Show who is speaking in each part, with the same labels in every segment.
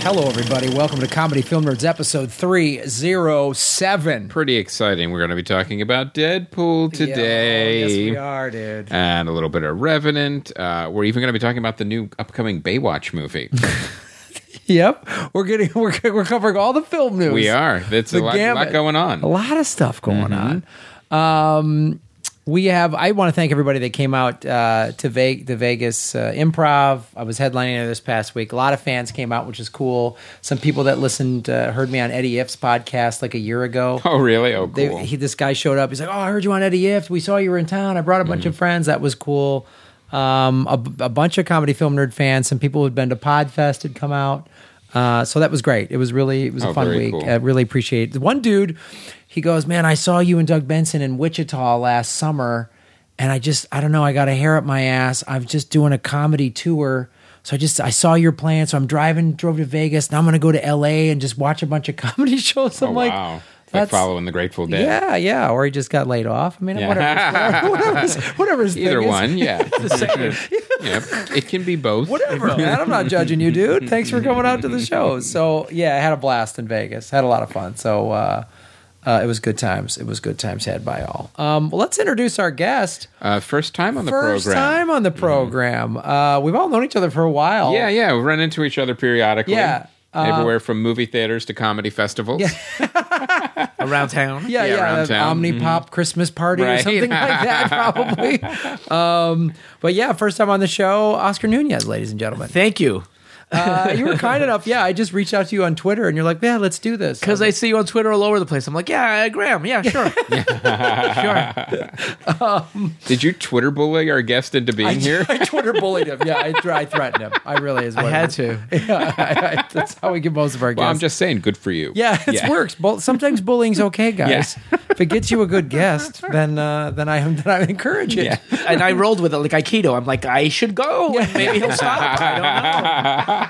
Speaker 1: Hello, everybody. Welcome to Comedy Film Nerds episode 307.
Speaker 2: Pretty exciting. We're going to be talking about Deadpool today.
Speaker 1: Yeah, yes, we are, dude.
Speaker 2: And a little bit of Revenant. Uh, we're even going to be talking about the new upcoming Baywatch movie.
Speaker 1: Yep. We're getting, we're, we're covering all the film news.
Speaker 2: we are. That's a
Speaker 1: The Oh,
Speaker 2: lot,
Speaker 1: gamut.
Speaker 2: lot going on. Mm-hmm.
Speaker 1: A lot of stuff going on. Um, we have. I want to thank everybody that came out uh, to Ve- the Vegas uh, Improv. I was headlining it this past week. A lot of fans came out, which is cool. Some people that listened uh, heard me on Eddie Iff's podcast like a year ago.
Speaker 2: Oh, really? Oh,
Speaker 1: They,
Speaker 2: cool.
Speaker 1: he, this guy showed up. He's like, "Oh, I heard you on Eddie Ift. We saw you were in town. I brought a bunch
Speaker 2: Mm-hmm.
Speaker 1: of friends. That was cool." Um, a, b- a bunch of comedy film nerd fans. Some people who'd been to Podfest had come out. Uh, so that was great. It was really it was a
Speaker 2: Oh,
Speaker 1: fun week.
Speaker 2: very cool.
Speaker 1: I really appreciate it. One dude, he goes, "Man, I saw you and Doug Benson in Wichita last summer, and I just I don't know. I got a hair up my ass. I'm just doing a comedy tour." So I just I saw your plan, so I'm driving, drove to Vegas. Now I'm gonna go to LA and just watch a bunch of comedy shows. I'm
Speaker 2: oh,
Speaker 1: like,
Speaker 2: wow. It's Like
Speaker 1: that's-
Speaker 2: following the Grateful Dead.
Speaker 1: yeah, yeah. Or he just got laid off. I mean,
Speaker 2: Yeah.
Speaker 1: whatever. whatever, his- whatever his
Speaker 2: Either
Speaker 1: thing is.
Speaker 2: one. Yeah. Yep. It can be both.
Speaker 1: Whatever, man. I'm not judging you, dude. Thanks for coming out to the show. So yeah, I had a blast in Vegas. Had a lot of fun. So uh, uh, it was good times. It was good times had by all. Um, well, let's introduce our guest.
Speaker 2: Uh, first time on the
Speaker 1: First
Speaker 2: program. Mm-hmm.
Speaker 1: time on the program. Uh, we've all known each other for a while.
Speaker 2: Yeah, yeah. We run into each other periodically.
Speaker 1: Yeah. Uh,
Speaker 2: Everywhere from movie theaters to comedy festivals.
Speaker 3: around town.
Speaker 1: yeah,
Speaker 2: Yeah,
Speaker 1: yeah,
Speaker 2: around
Speaker 1: an
Speaker 2: town. Mm-hmm.
Speaker 1: Omnipop Christmas party or
Speaker 2: Right.
Speaker 1: something like that, probably. um, but yeah, first time on the show, Oscar Nunez, ladies and gentlemen.
Speaker 3: Thank you.
Speaker 1: uh, you were kind enough. Yeah, I just reached out to you on Twitter, and you're like, "Yeah, let's do this."
Speaker 3: Because I see you on Twitter all over the place. I'm like, yeah, uh, Graham. Yeah, sure. sure.
Speaker 2: Did you Twitter bully our guest into being
Speaker 1: I,
Speaker 2: here?
Speaker 1: I Twitter bullied him. Yeah, I, thr- I threatened him. I really is.
Speaker 3: I
Speaker 1: what it
Speaker 3: had
Speaker 1: is.
Speaker 3: to.
Speaker 1: Yeah, I, I, that's how we get most of our
Speaker 2: Well,
Speaker 1: guests.
Speaker 2: I'm just saying, good for you.
Speaker 1: yeah, it works. Bull- sometimes bullying's okay, guys. if it gets you a good guest, then uh, then I then I encourage it.
Speaker 2: Yeah.
Speaker 3: And I rolled with it like Aikido. I'm like, I should go. and Maybe he'll stop. I don't know.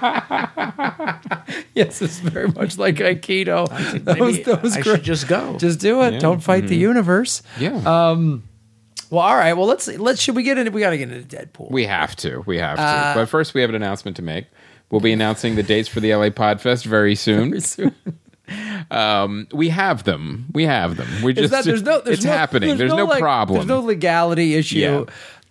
Speaker 1: Yes, it's very much like Aikido.
Speaker 3: Maybe
Speaker 1: Those, those
Speaker 3: I
Speaker 1: gr-
Speaker 3: should just Mm-hmm. go.
Speaker 1: just do it. Don't fight the universe.
Speaker 2: Yeah.
Speaker 1: Uh, Well, all right. Well, let's let's should we get into we got to get into Deadpool.
Speaker 2: we have to. We have to.
Speaker 1: uh,
Speaker 2: but first, we have an announcement to make. We'll be announcing the dates for the LA Podfest very soon. Um, we have them. We have them. We're
Speaker 1: It's
Speaker 2: just.
Speaker 1: not- there's no, there's
Speaker 2: it's
Speaker 1: no-
Speaker 2: happening. There's, no,
Speaker 1: like,
Speaker 2: problem.
Speaker 1: There's no legality issue.
Speaker 2: Yeah.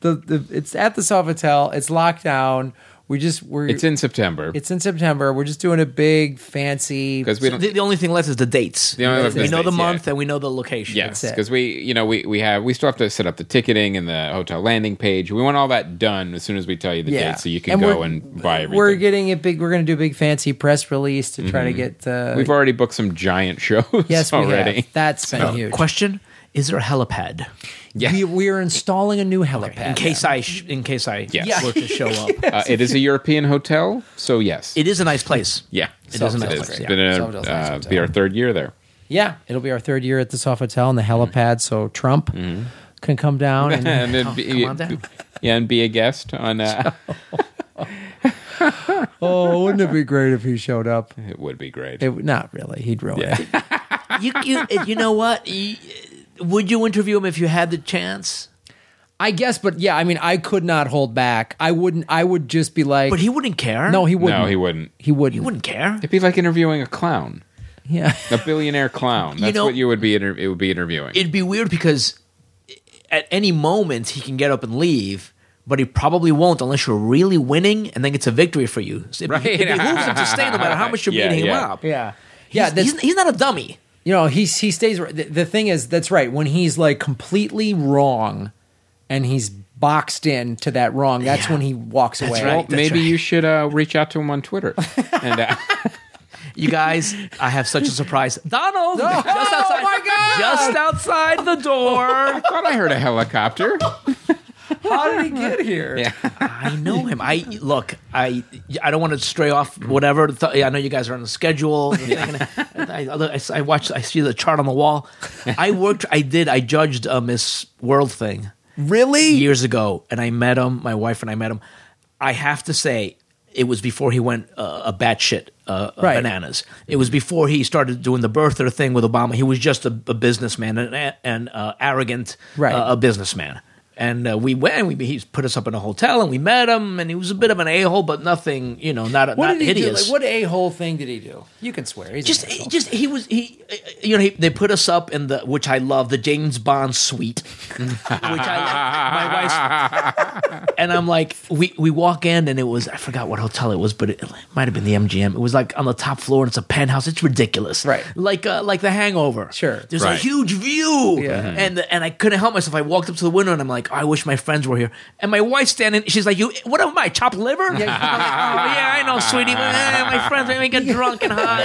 Speaker 1: The, the it's at the Sofitel. It's locked down. We just we're
Speaker 2: it's in September.
Speaker 1: it's in September. We're just doing a big fancy.
Speaker 2: because we don't.
Speaker 3: the, the only thing left is the dates.
Speaker 2: The only left
Speaker 3: we
Speaker 2: is
Speaker 3: know the
Speaker 2: dates, yeah.
Speaker 3: month and we know the location.
Speaker 2: Yes,
Speaker 1: That's it.
Speaker 2: because we, you know, we, we have we still have to set up the ticketing and the hotel landing page. We want all that done as soon as we tell you the
Speaker 1: Yeah.
Speaker 2: date, so you can
Speaker 1: And
Speaker 2: go
Speaker 1: we're-
Speaker 2: and buy everything. Mm-hmm.
Speaker 1: we're getting a big. We're going to do a big fancy press release to try to get. Uh,
Speaker 2: We've already booked some giant shows
Speaker 1: yes, we
Speaker 2: already.
Speaker 1: have. That's been huge.
Speaker 3: Question: Is there a helipad
Speaker 2: Yeah.
Speaker 1: We, we are installing a new helipad
Speaker 3: in case I sh- in case I
Speaker 2: Yes.
Speaker 3: were to show up?
Speaker 2: Uh, it is a European hotel, so yes.
Speaker 3: It is a nice place.
Speaker 2: yeah,
Speaker 3: It is a nice place,
Speaker 2: It's
Speaker 3: yeah.
Speaker 2: been a-
Speaker 1: Sofitel's a nice
Speaker 2: uh,
Speaker 1: hotel.
Speaker 2: be our third year there.
Speaker 3: Oh,
Speaker 1: Yeah, it'll be our third year at the Sofitel and the
Speaker 2: Mm-hmm.
Speaker 1: helipad. So Trump can come down. And,
Speaker 2: and then be,
Speaker 3: come on down.
Speaker 2: yeah, and be a guest on. Uh,
Speaker 1: oh, wouldn't it be great if he showed up?
Speaker 2: it would be great.
Speaker 1: It, not really. He'd ruin it.
Speaker 2: yeah,
Speaker 3: You you you know what? You- Would you interview him if you had the chance?
Speaker 1: I guess, but yeah, I mean, I could not hold back. I wouldn't. I would just be like,
Speaker 3: But he wouldn't care.
Speaker 1: no, he wouldn't.
Speaker 2: no, he wouldn't.
Speaker 1: He wouldn't.
Speaker 3: he wouldn't care.
Speaker 2: It'd be like interviewing a clown,
Speaker 1: Yeah,
Speaker 2: a billionaire clown. That's
Speaker 3: know-
Speaker 2: what you would be. Inter- it would be interviewing.
Speaker 3: it'd be weird because at any moment he can get up and leave, but he probably won't unless you're really winning and then it's a victory for you. So it, be- it behooves him to stay no matter how much you're
Speaker 2: Yeah,
Speaker 3: beating
Speaker 2: yeah.
Speaker 3: him up.
Speaker 1: yeah, yeah.
Speaker 3: He's,
Speaker 1: That's,
Speaker 3: he's, he's not a dummy.
Speaker 1: you know, he he stays. The, the thing is, that's right. When he's like completely wrong, and he's boxed in to that wrong, that's
Speaker 3: Yeah.
Speaker 1: when he walks away.
Speaker 2: well,
Speaker 3: right. that's
Speaker 2: maybe
Speaker 3: right.
Speaker 2: you should uh, reach out to him on Twitter. And, uh,
Speaker 3: You guys, I have such a surprise. Donald, just outside,
Speaker 1: my God!
Speaker 3: just outside the door.
Speaker 2: I thought I heard a helicopter.
Speaker 1: How did he get here?
Speaker 2: Yeah.
Speaker 3: I know him. I look. I I don't want to stray off whatever. Th- I know you guys are on the schedule. I, I, I watched. I see the chart on the wall. I worked. I did. I judged a Miss World thing
Speaker 1: Really?
Speaker 3: years ago, and I met him. My wife and I met him. I have to say, it was before he went uh, a batshit uh, uh,
Speaker 1: Right.
Speaker 3: bananas. It was before he started doing the birther thing with Obama. He was just a, a businessman and, and uh, arrogant,
Speaker 1: Right.
Speaker 3: uh, a businessman. And uh, we went. and We he put us up in a hotel, and we met him. And he was a bit of an a hole, but nothing, you know, not
Speaker 1: What
Speaker 3: not
Speaker 1: did he
Speaker 3: hideous.
Speaker 1: do? Like, what a whole thing did he do? You can swear. He's an
Speaker 3: just
Speaker 1: asshole.
Speaker 3: just he was he uh, you know he, they put us up in the which I love the James Bond suite which I my wife's and I'm like we we walk in and it was I forgot what hotel it was but it, might have been the MGM it was like on the top floor and it's a penthouse it's ridiculous
Speaker 1: Right.
Speaker 3: like uh, like The Hangover
Speaker 1: Sure.
Speaker 3: there's a
Speaker 2: Right.
Speaker 3: huge view
Speaker 1: Yeah.
Speaker 3: and and I couldn't help myself I walked up to the window and I'm like I wish my friends were here and my wife's standing she's like you what am I chopped liver yeah, yeah I know sweetie but, eh, my friends they get drunk and high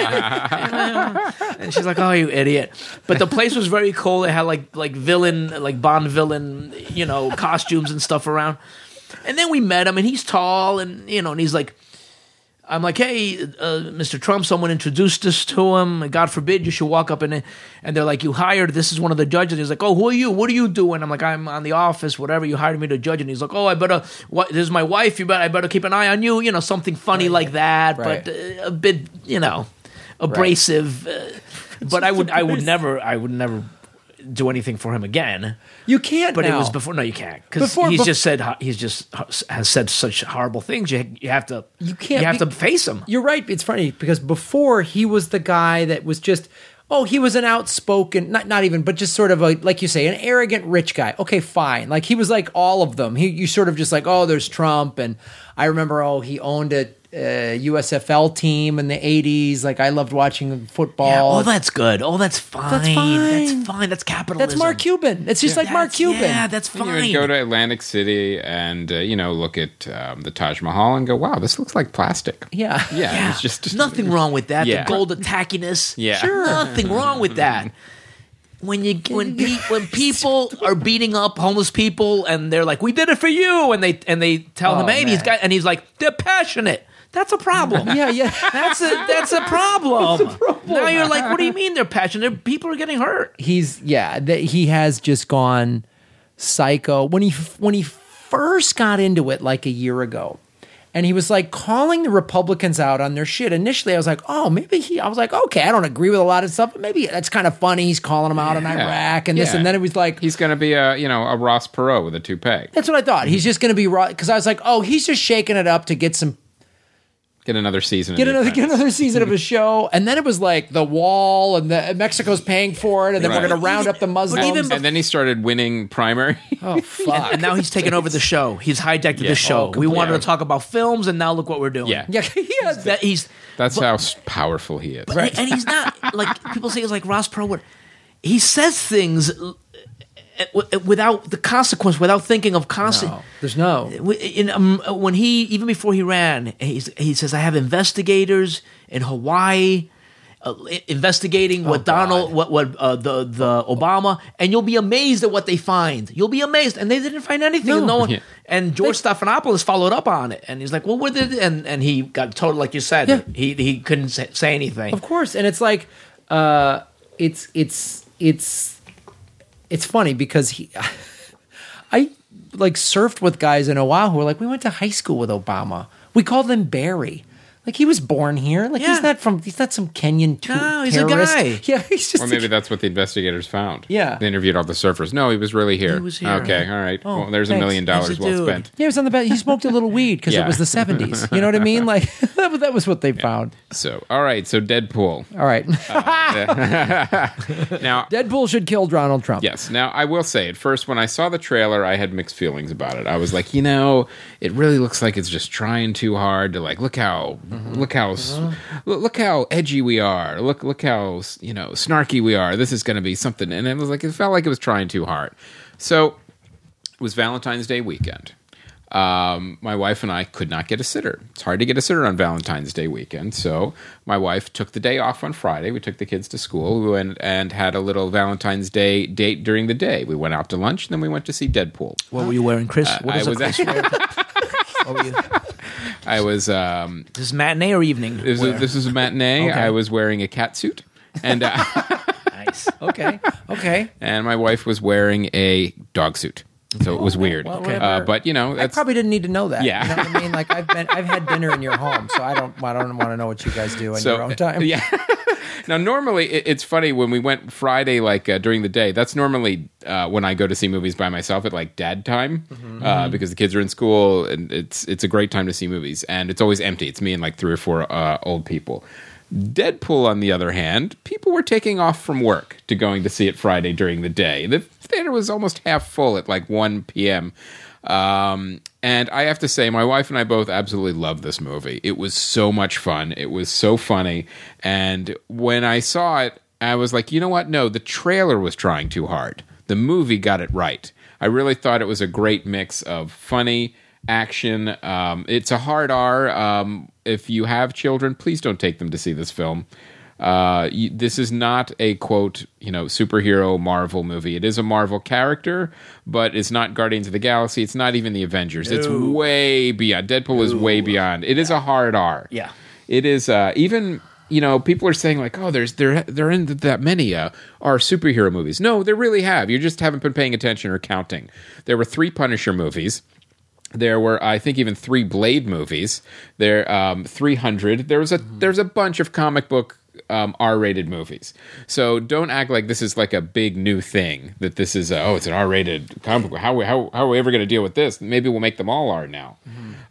Speaker 3: and she's like, "Oh, you idiot!" But the place was very cool. It had like like villain, like Bond villain, you know, costumes and stuff around. And then we met him, and he's tall, and you know, and he's like, "I'm like, hey, uh, Mr. Trump, someone introduced us to him. God forbid you should walk up and and they're like, you hired. This is one of the judges. He's like, oh, who are you? What do you do? And I'm like, I'm on the office, whatever. You hired me to judge, and he's like, oh, I better. What, this is my wife. You bet. I better keep an eye on you. You know, something funny like that,
Speaker 1: Right.
Speaker 3: but uh, a bit, you know, abrasive. Uh, but I would, I would never, I would never do anything for him again.
Speaker 1: you can't.
Speaker 3: But it
Speaker 1: now.
Speaker 3: was before. No, you can't because
Speaker 1: Before-
Speaker 3: he's
Speaker 1: bef-
Speaker 3: just said ho- he's just ho- has said such horrible things. You you have to
Speaker 1: You can't
Speaker 3: you have
Speaker 1: be-
Speaker 3: to face him.
Speaker 1: You're right. It's funny because before he was the guy that was just, oh, he was an outspoken, not not even, but just sort of a like you say, an arrogant rich guy. Okay, fine. Like he was like all of them. He you sort of just like, oh, there's Trump, and I remember, oh, he owned a. Uh, USFL team in the 80s. Like, I loved watching football.
Speaker 3: Yeah, all Oh, that's good. All that's fine. That's
Speaker 1: fine.
Speaker 3: fine. That's capitalism.
Speaker 1: That's Mark Cuban. It's just like Mark
Speaker 3: That's-
Speaker 1: Cuban.
Speaker 3: Yeah, that's
Speaker 2: You would
Speaker 3: fine.
Speaker 2: go to Atlantic City and uh, you know look at um, the Taj Mahal and go, "Wow, this looks like plastic."
Speaker 1: Yeah.
Speaker 2: yeah,
Speaker 3: Yeah,
Speaker 2: it's just
Speaker 3: nothing wrong with that.
Speaker 2: Yeah.
Speaker 3: The gold, the tackiness.
Speaker 2: Yeah.
Speaker 3: sure, nothing wrong with that. When you when pe- when people are beating up homeless people and they're like, "We did it for you," and they and they tell him,
Speaker 1: Oh,
Speaker 3: "Hey, these
Speaker 1: man.
Speaker 3: guys," and he's like, "They're passionate." That's a problem.
Speaker 1: Yeah, yeah.
Speaker 3: That's a that's a problem. Now you're like, what do you mean they're passionate? People are getting hurt.
Speaker 1: he's yeah that he has just gone psycho when he when he first got into it like a year ago and he was like calling the republicans out on their shit initially i was like oh maybe he i was like okay i don't agree with a lot of stuff but maybe that's kind of funny he's calling them out on
Speaker 2: Yeah.
Speaker 1: iraq and this
Speaker 2: Yeah.
Speaker 1: and then it was like
Speaker 2: He's going to be a you know a Ross Perot with a toupee.
Speaker 1: that's what i thought he's just going to be raw because i was like oh he's just shaking it up to get some
Speaker 2: Get another season. of
Speaker 1: get
Speaker 2: The
Speaker 1: another get
Speaker 2: Apprentice.
Speaker 1: another season of a show and then it was like the wall and the Mexico's paying for it and then
Speaker 2: Right.
Speaker 1: we're going to round up the
Speaker 3: But
Speaker 1: muslims
Speaker 3: even
Speaker 2: and then he started winning primary.
Speaker 1: oh fuck
Speaker 3: And now he's taken over the show. He's hijacked the show. we wanted to talk about films, and now look what we're doing.
Speaker 2: yeah,
Speaker 1: yeah, yeah
Speaker 3: that he's
Speaker 2: that's how s- powerful he is.
Speaker 3: But- And he's not like people say. He's like Ross Perot. He says things uh, uh, without the consequence, without thinking of
Speaker 1: No,
Speaker 3: consequence.
Speaker 1: there's no.
Speaker 3: In, um, when he even before he ran, he's, he says, "I have investigators in Hawaii." Uh, i- investigating
Speaker 2: Oh,
Speaker 3: what Donald, what what uh, the the Obama, and you'll be amazed at what they find. You'll be amazed, and they didn't find anything. No, one,
Speaker 2: Yeah.
Speaker 3: and George Stephanopoulos followed up on it, and he's like, "Well, what did?" And and he got told, like you said,
Speaker 1: Yeah.
Speaker 3: he he couldn't say, say anything.
Speaker 1: Of course, and it's like, uh, it's it's it's it's funny because he, I like surfed with guys in Oahu. Like we went to high school with Obama. We called him Barry. Like he was born here. Like
Speaker 3: Yeah.
Speaker 1: he's not from. He's not some Kenyan t-
Speaker 3: No, he's a
Speaker 1: terrorist.
Speaker 3: guy.
Speaker 1: Yeah, he's just.
Speaker 2: Or
Speaker 1: a-
Speaker 2: maybe that's what the investigators found.
Speaker 1: Yeah.
Speaker 2: They interviewed all the surfers. No, he was really here.
Speaker 3: He was here.
Speaker 2: Okay, all right.
Speaker 1: Oh,
Speaker 2: well, there's
Speaker 1: thanks.
Speaker 2: a million dollars
Speaker 3: He's a
Speaker 2: well
Speaker 3: dude.
Speaker 2: spent.
Speaker 1: yeah, he was on the bed. He smoked a little weed because
Speaker 2: Yeah.
Speaker 1: it was the seventies. You know what I mean? Like that, was- that was what they found.
Speaker 2: So, all right. So,
Speaker 1: All
Speaker 2: Deadpool.
Speaker 1: right,
Speaker 2: Now,
Speaker 1: Deadpool should kill Donald Trump.
Speaker 2: Yes. Now, I will say, at first, when I saw the trailer, I had mixed feelings about it. I was like, you know, it really looks like it's just trying too hard to like look how look how s look, look how edgy we are. Look look how s- you know snarky we are. This is going to be something. And it was like it felt like it was trying too hard. So it was Valentine's Day weekend. Um, my wife and I could not get a sitter. It's hard to get a sitter on Valentine's Day weekend. So my wife took the day off on Friday. We took the kids to school. We went and had a little Valentine's Day date during the day. We went out to lunch and then we went to see Deadpool.
Speaker 3: What were you wearing, Chris? what
Speaker 2: I
Speaker 3: is it,
Speaker 2: was
Speaker 3: Chris? What were you-
Speaker 2: I was um,
Speaker 3: Is this matinee or evening?
Speaker 2: this, is, this is a matinee.
Speaker 3: Okay.
Speaker 2: I was wearing a cat suit and uh,
Speaker 3: nice.
Speaker 1: Okay. Okay.
Speaker 2: and my wife was wearing a dog suit. So it was
Speaker 3: Oh,
Speaker 2: weird.
Speaker 1: well,
Speaker 2: uh,
Speaker 1: whatever.
Speaker 2: but you know,
Speaker 1: I
Speaker 2: that's
Speaker 1: probably didn't need to know that.
Speaker 2: Yeah.
Speaker 1: you know what I mean. Like I've been, I've had dinner in your home, so I don't, I don't want to know what you guys do in
Speaker 2: so
Speaker 1: your own time.
Speaker 2: yeah. Now, normally it, it's funny when we went Friday, like uh, during the day. That's normally uh, when I go to see movies by myself at like dad time,
Speaker 1: Mm-hmm.
Speaker 2: uh, because the kids are in school, and it's it's a great time to see movies. And it's always empty. It's me and like three or four uh, old people. Deadpool, on the other hand, people were taking off from work to going to see it Friday during the day. The theater was almost half full at like 1 p.m. Um, and I have to say, my wife and I both absolutely loved this movie. It was so much fun. It was so funny. And when I saw it, I was like, you know what? No, the trailer was trying too hard. The movie got it right. I really thought it was a great mix of funny, action. Um, it's a hard R. Um, if you have children, please don't take them to see this film. Uh, you, this is not a quote, you know, superhero Marvel movie. It is a Marvel character, but it's not Guardians of the Galaxy. It's not even the Avengers. It's way beyond. Deadpool is way beyond. It is a hard R.
Speaker 3: Yeah.
Speaker 2: It is uh, even you know people are saying like oh there's there there in that many uh, are superhero movies. No, there really have. You just haven't been paying attention or counting. There were three Punisher movies. There were, I think, even three Blade movies. There, um, three hundred. There was a there's a bunch of comic book um, R-rated movies. So don't act like this is like a big new thing. That this is a, oh, it's an R-rated comic book. How how how are we ever going to deal with this? Maybe we'll make them all R now.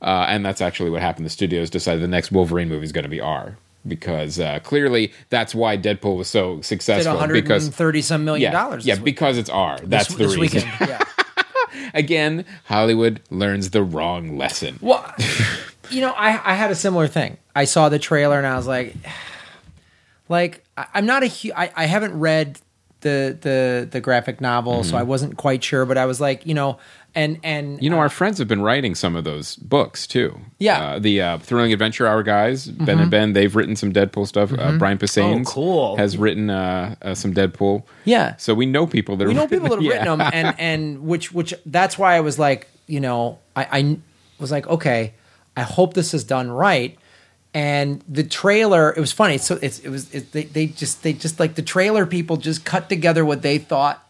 Speaker 2: Uh, and that's actually what happened. The studios decided the next Wolverine movie is going to be R because uh, clearly that's why Deadpool was so
Speaker 1: Did
Speaker 2: successful. Because
Speaker 1: 130 some million
Speaker 2: yeah,
Speaker 1: dollars.
Speaker 2: yeah,
Speaker 1: this week.
Speaker 2: because it's R. That's
Speaker 3: this,
Speaker 2: the
Speaker 3: this
Speaker 2: reason.
Speaker 3: weekend. Yeah.
Speaker 2: Again, Hollywood learns the wrong lesson.
Speaker 1: Well, you know, I, I had a similar thing. I saw the trailer and I was like, like I, I'm not a hu- I, I haven't read the the the graphic novel, so I wasn't quite sure. But I was like, you know, and and
Speaker 2: Mm-hmm. You know, our friends have been writing some of those books too.
Speaker 1: Uh-huh. Yeah. Mm-hmm.
Speaker 2: uh, the uh, Thrilling Adventure Hour guys, Ben and Ben, they've written some Deadpool stuff. Uh, Brian Posehn,
Speaker 3: Oh, cool.
Speaker 2: has written uh, uh, some Deadpool.
Speaker 1: Yeah.
Speaker 2: so we know people that
Speaker 1: we know
Speaker 2: have written-
Speaker 1: people that have
Speaker 2: Yeah.
Speaker 1: written them, and and which which that's why I was like, you know, I, I was like, okay, I hope this is done right. And the trailer, it was funny. So it's, it was it, they they just they just like the trailer people just cut together what they thought.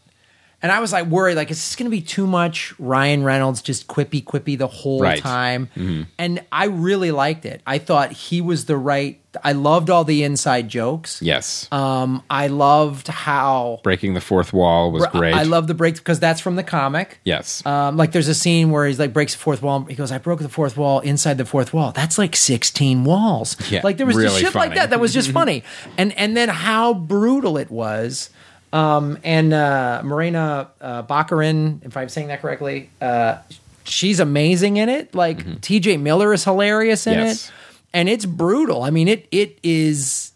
Speaker 1: And I was like worried, like, is this going to be too much? Ryan Reynolds just quippy quippy the whole
Speaker 2: Right. Mm-hmm.
Speaker 1: time, and I really liked it. I thought he was the right. I loved all the inside jokes.
Speaker 2: Yes,
Speaker 1: Um, I loved how
Speaker 2: breaking the fourth wall was
Speaker 1: Bro,
Speaker 2: great.
Speaker 1: I love the break because that's from the comic.
Speaker 2: Yes,
Speaker 1: Um, like there's a scene where he's like breaks the fourth wall. He goes, "I broke the fourth wall inside the fourth wall." That's like 16 walls.
Speaker 2: Yeah,
Speaker 1: like there was just
Speaker 2: really
Speaker 1: shit like
Speaker 2: funny.
Speaker 1: that that was just funny, and and then how brutal it was. Um, and uh, Marina uh, Baccarin, if I'm saying that correctly, uh, she's amazing in it. Like T.J. Miller is hilarious in
Speaker 2: Mm-hmm. Yes.
Speaker 1: it, and it's brutal. I mean, it it is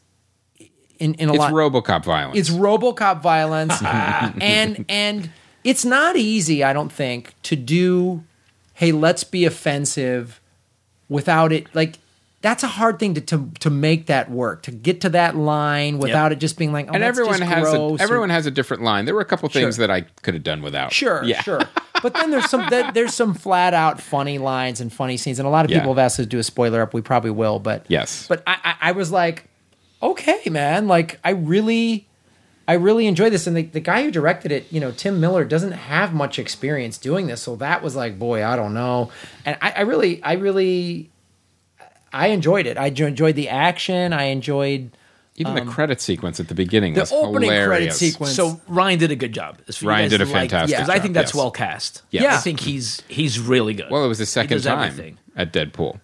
Speaker 1: in in a
Speaker 2: it's
Speaker 1: lot.
Speaker 2: RoboCop violence.
Speaker 1: It's RoboCop violence, and and it's not easy. I don't think to do. Hey, let's be offensive without it. Like that's a hard thing to to, to make that work. To get to that line without it just being like, oh,
Speaker 2: and
Speaker 1: that's
Speaker 2: everyone
Speaker 1: just
Speaker 2: has a,
Speaker 1: gross or-
Speaker 2: everyone has a different line. There were a couple things that I could have done without.
Speaker 1: Sure,
Speaker 2: yeah.
Speaker 1: sure. But then there's some there- there's some flat out funny lines and funny scenes, and a lot of
Speaker 2: Yeah.
Speaker 1: people have asked us to do a spoiler up. We probably will, but
Speaker 2: Yes.
Speaker 1: But I, I, I was like, okay, man. Like I really, I really enjoy this, and the, the guy who directed it, you know, Tim Miller, doesn't have much experience doing this, so that was like, boy, I don't know. And I, I really, I really, I enjoyed it. I jo- enjoyed the action. I enjoyed
Speaker 2: Even the credit sequence at the beginning
Speaker 1: um, the
Speaker 2: was
Speaker 1: opening credit
Speaker 2: hilarious.
Speaker 1: sequence.
Speaker 3: So Ryan did a good job. As for you
Speaker 2: Ryan
Speaker 3: guys
Speaker 2: did a
Speaker 3: to like-
Speaker 2: fantastic
Speaker 3: because I think
Speaker 2: job,
Speaker 3: that's
Speaker 2: yes.
Speaker 3: well cast.
Speaker 1: Yeah.
Speaker 3: I think he's he's really good.
Speaker 2: Well, it was the
Speaker 3: He
Speaker 2: second
Speaker 3: does
Speaker 2: time
Speaker 3: everything.
Speaker 2: at Deadpool.